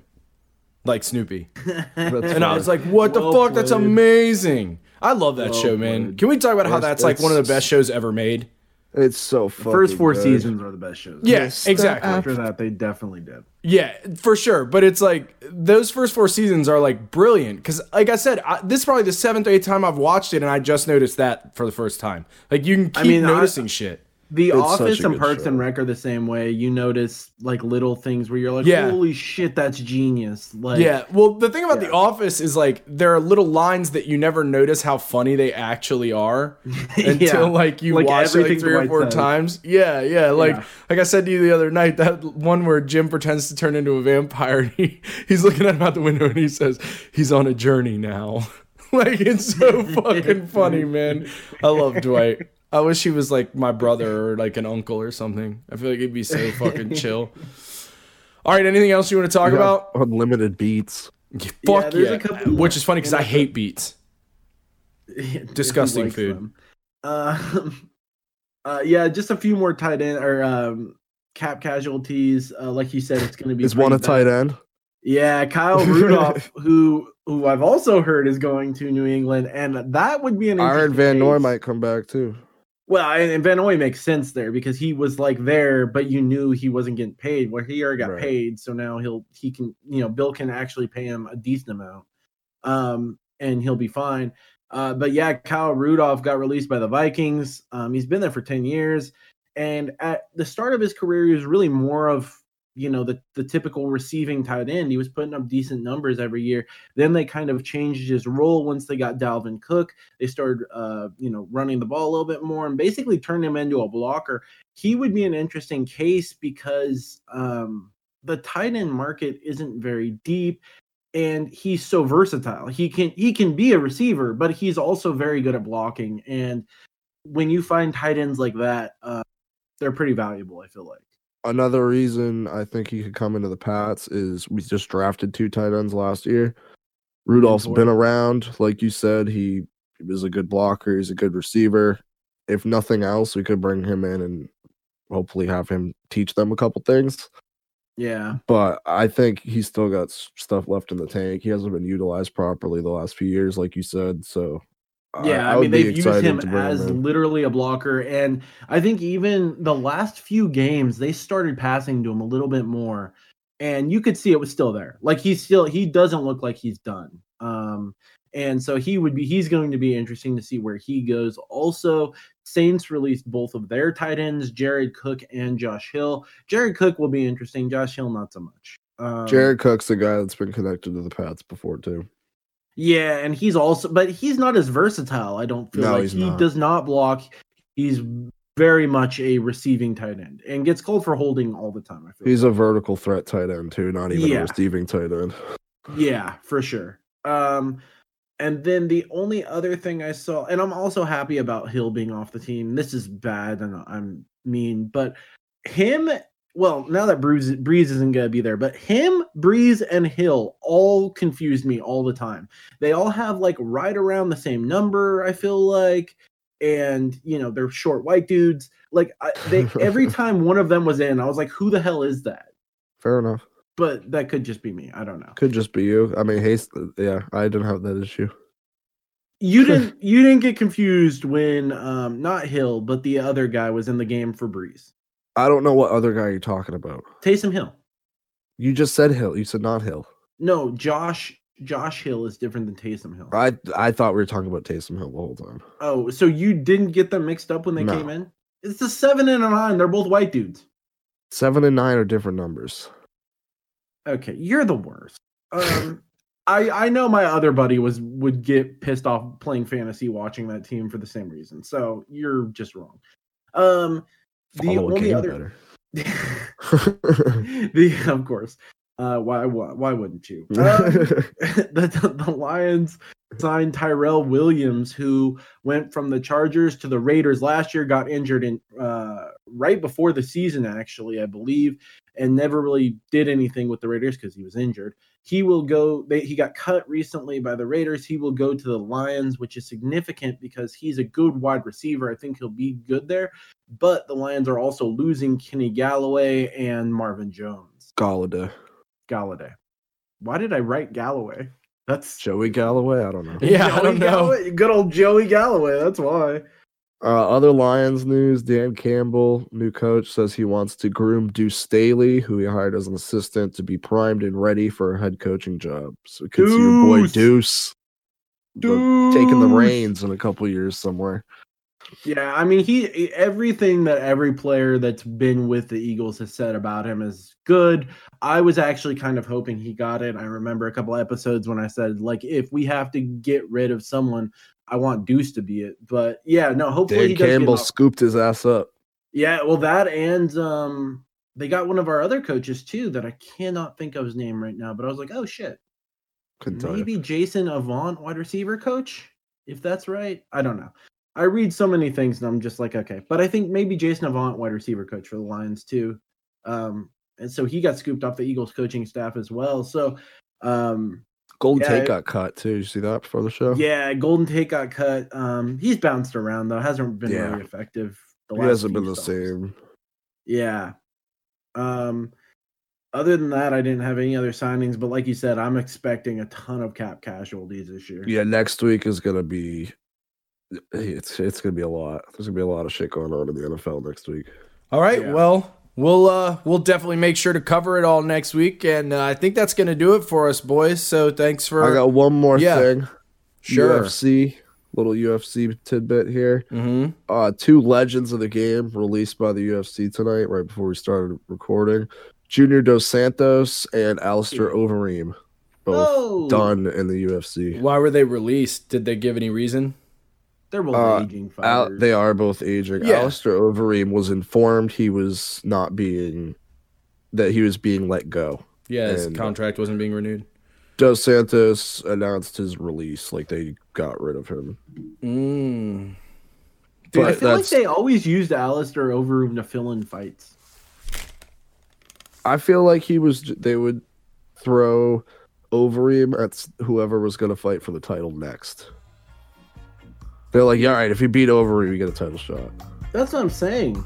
A: like Snoopy.
B: That's
A: And I
B: fine.
A: was like, what the
C: Well
A: fuck? That's
C: played.
A: amazing. I love that show, man.
C: played.
A: Can we talk about how
B: It's-
A: that's like one of the
B: it's-
A: best shows ever made?
B: it's so fucking
C: First four
B: good.
C: seasons are the best shows.
A: Yes, exactly.
C: After that, they definitely did.
A: Yeah, for sure. But it's like those first four seasons are like brilliant because, like I said, I, this is probably the seventh or eighth time I've watched it, and I just noticed that for the first time. Like you can keep
C: mean, I-
A: noticing shit.
C: The
B: such
C: Office
B: a
C: and
B: good
C: Parks and
B: show.
C: Rec are the same way. You notice like little things where you're like,
A: Yeah.
C: "Holy shit, that's genius!" Like,
A: Yeah. Well, the thing about The
C: Yeah.
A: Office is like there are little lines that you never notice how funny they actually are until like you
C: Like,
A: watch it like
C: everything
A: three or
C: Dwight
A: four
C: says.
A: times. Yeah, yeah. Like
C: Yeah.
A: like I said to you the other night, that one where Jim pretends to turn into a vampire. and He he's looking at him out the window and he says he's on a journey now. like it's so fucking funny, man. I love Dwight. I wish he was like my brother or like an uncle or something. I feel like he'd be so fucking chill. All right, anything else you want to talk
B: You have
A: about?
B: unlimited beats.
A: Yeah, Fuck
C: there's a
A: yeah.
C: couple
A: Which
C: more.
A: is funny because I hate beets. Disgusting
C: He likes
A: food.
C: them. Um, uh, yeah, just a few more tight end or um, cap casualties. Uh, like you said, it's going to be
B: Is one a
C: pretty bad.
B: tight end?
C: Yeah, Kyle Rudolph, who who I've also heard is going to New England, and that would be an.
B: I heard
C: interesting
B: Van Noy
C: case.
B: might come back too.
C: Well, and, and Van Noy makes sense there because he was like there, but you knew he wasn't getting paid. Where he already got
B: Right.
C: paid, so now he'll he can you know Bill can actually pay him a decent amount, um, and he'll be fine. Uh, but yeah, Kyle Rudolph got released by the Vikings. Um, he's been there for ten years, and at the start of his career, he was really more of you know the the typical receiving tight end. He was putting up decent numbers every year. Then they kind of changed his role once they got Dalvin Cook they started uh, you know running the ball a little bit more and basically turned him into a blocker he would be an interesting case because um, the tight end market isn't very deep and he's so versatile he can he can be a receiver but he's also very good at blocking and when you find tight ends like that uh, they're pretty valuable i feel like
B: Another reason I think he could come into the Pats is we just drafted two tight ends last year. Rudolph's
C: Boyd.
B: been around, like you said. He, he was a good blocker. He's a good receiver. If nothing else, we could bring him in and hopefully have him teach them a couple things.
C: yeah
B: but I think he's still got s- stuff left in the tank. He hasn't been utilized properly the last few years, like you said. So,
C: Yeah, I,
B: Uh, would
C: mean
B: be
C: they've used
B: excited
C: him
B: to bring
C: as
B: in.
C: literally a blocker, and I think even the last few games they started passing to him a little bit more, and you could see it was still there. Like he's still he doesn't look like he's done. Um, and so he would be he's going to be interesting to see where he goes. Also, Saints released both of their tight ends, Jared Cook and Josh Hill. Jared Cook will be interesting. Josh Hill not so much. Um,
B: Jared Cook's a guy that's been connected to the Pats before too.
C: Yeah, and he's also, but he's not as versatile. I don't feel
B: No,
C: like
B: he's
C: he
B: not.
C: does not block. He's very much a receiving tight end and gets called for holding all the time. I feel
B: He's a vertical threat tight end too, not even
C: Yeah.
B: a receiving tight end.
C: yeah, for sure. Um, and then the only other thing I saw, and I'm also happy about Hill being off the team. This is bad, and I'm mean, but him. Well, now that Breeze, Breeze isn't going to be there, but him, Breeze, and Hill all confused me all the time. They all have like right around the same number. I feel like, and you know they're short white dudes. Like I, they, every time one of them was in, I was like, who the hell is that?
B: Fair enough.
C: But that could just be me. I don't know.
B: Could just be you. I mean, Haste. Yeah, I didn't have that issue.
C: You didn't you didn't get confused when um not Hill, but the other guy was in the game for Breeze.
B: I don't know what other guy you're talking about.
C: Taysom Hill.
B: You just said Hill. You said not Hill.
C: No, Josh Josh Hill is different than Taysom Hill.
B: I I thought we were talking about Taysom Hill the whole time.
C: Oh, so you didn't get them mixed up when they
B: No.
C: came in? It's a seven and a nine. They're both white dudes.
B: Seven and nine are different numbers.
C: Okay, you're the worst. Um I I know my other buddy was would get pissed off playing fantasy watching that team for the same reason. So you're just wrong. Um the
B: Follow a
C: only
B: game
C: other
B: better.
C: the of course. Uh, why, why why wouldn't you? Um, the, the Lions signed Tyrell Williams, who went from the Chargers to the Raiders last year, got injured in uh, right before the season, actually, I believe, and never really did anything with the Raiders because he was injured. He will go. They, he got cut recently by the Raiders. He will go to the Lions, which is significant because he's a good wide receiver. I think he'll be good there. But the Lions are also losing Kenny Galloway and Marvin Jones.
B: Galladay.
C: Galladay. Why did I write Galloway? That's
B: Joey Galloway? I don't know.
E: Yeah, I don't know.
C: Galloway, good old Joey Galloway. That's why.
B: Uh, other Lions news Dan Campbell, new coach, says he wants to groom Deuce Staley, who he hired as an assistant, to be primed and ready for a head coaching job. So we could see your boy
C: Deuce.
B: Deuce, uh, taking the
C: Deuce.
B: reins in a couple years somewhere.
C: Yeah, I mean, he everything that every player that's been with the Eagles has said about him is good. I was actually kind of hoping he got it. I remember a couple episodes when I said like, if we have to get rid of someone, I want Deuce to be it. But yeah, no, hopefully he
B: Dan
C: does get an
B: Campbell
C: offer.
B: scooped his ass up.
C: Yeah, well, that and um, they got one of our other coaches too that I cannot think of his name right now. But I was like, oh shit,
B: Couldn't tell you.
C: maybe Jason Avant, wide receiver coach, if that's right. I don't know. I read so many things and I'm just like, okay. But I think maybe Jason Avant, wide receiver coach for the Lions too. Um, and so he got scooped off the Eagles coaching staff as well. So, um,
B: Golden
C: Yeah,
B: Tate
C: it-
B: got cut too. You see that before the show?
C: yeah, Golden Tate got cut. Um, he's bounced around though, hasn't been
B: Yeah.
C: really effective. The
B: He hasn't
C: few
B: been the
C: stops.
B: same.
C: Yeah. Um Other than that, I didn't have any other signings, but like you said, I'm expecting a ton of cap casualties this year.
B: Yeah, next week is gonna be it's it's gonna be a lot. There's gonna be a lot of shit going on in the NFL next week.
A: All right.
C: Yeah.
A: Well, we'll uh, we'll definitely make sure to cover it all next week, and uh, I think that's going to do it for us, boys. So thanks for
B: I got one more
A: Yeah.
B: thing.
A: sure.
B: UFC, little UFC tidbit here.
A: Mm-hmm.
B: Uh, two legends of the game released by the UFC tonight, right before we started recording. Junior Dos Santos and Alistair Overeem, both
C: Oh,
B: done in the UFC.
A: Why were they released? Did they give any reason?
C: They're both
B: Uh,
C: aging
B: Al-
C: fighters.
B: they are both aging.
A: Yeah.
B: Alistair Overeem was informed he was not being that he was being let go.
A: Yeah, his
B: And- uh,
A: contract wasn't being renewed.
B: Dos Santos announced his release, like they got rid of him.
A: Mm.
B: But
C: I feel like
B: that's
C: they always used Alistair over him to fill in fights.
B: I feel like he was. j- They would throw Overeem at s- whoever was going to fight for the title next. They're like, yeah, all right, if you beat Overeem, you get a title shot.
C: That's what I'm saying.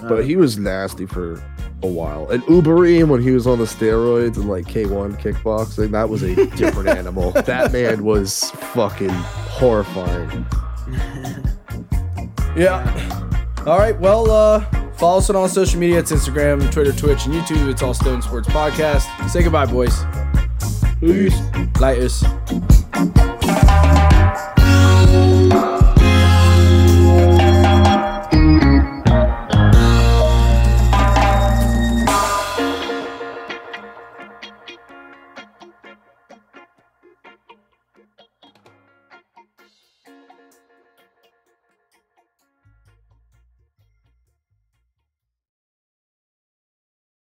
C: Uh,
B: But he was nasty for a while. And Ubereem, when he was on the steroids and like K1 kickboxing, that was a different animal. That man was fucking horrifying.
A: Yeah. All right. Well, uh, follow us on all social media. It's Instagram, Twitter, Twitch, and YouTube. It's all Stone
C: Uh,
A: Sports Podcast. Say goodbye, boys.
C: Peace.
A: Lighters.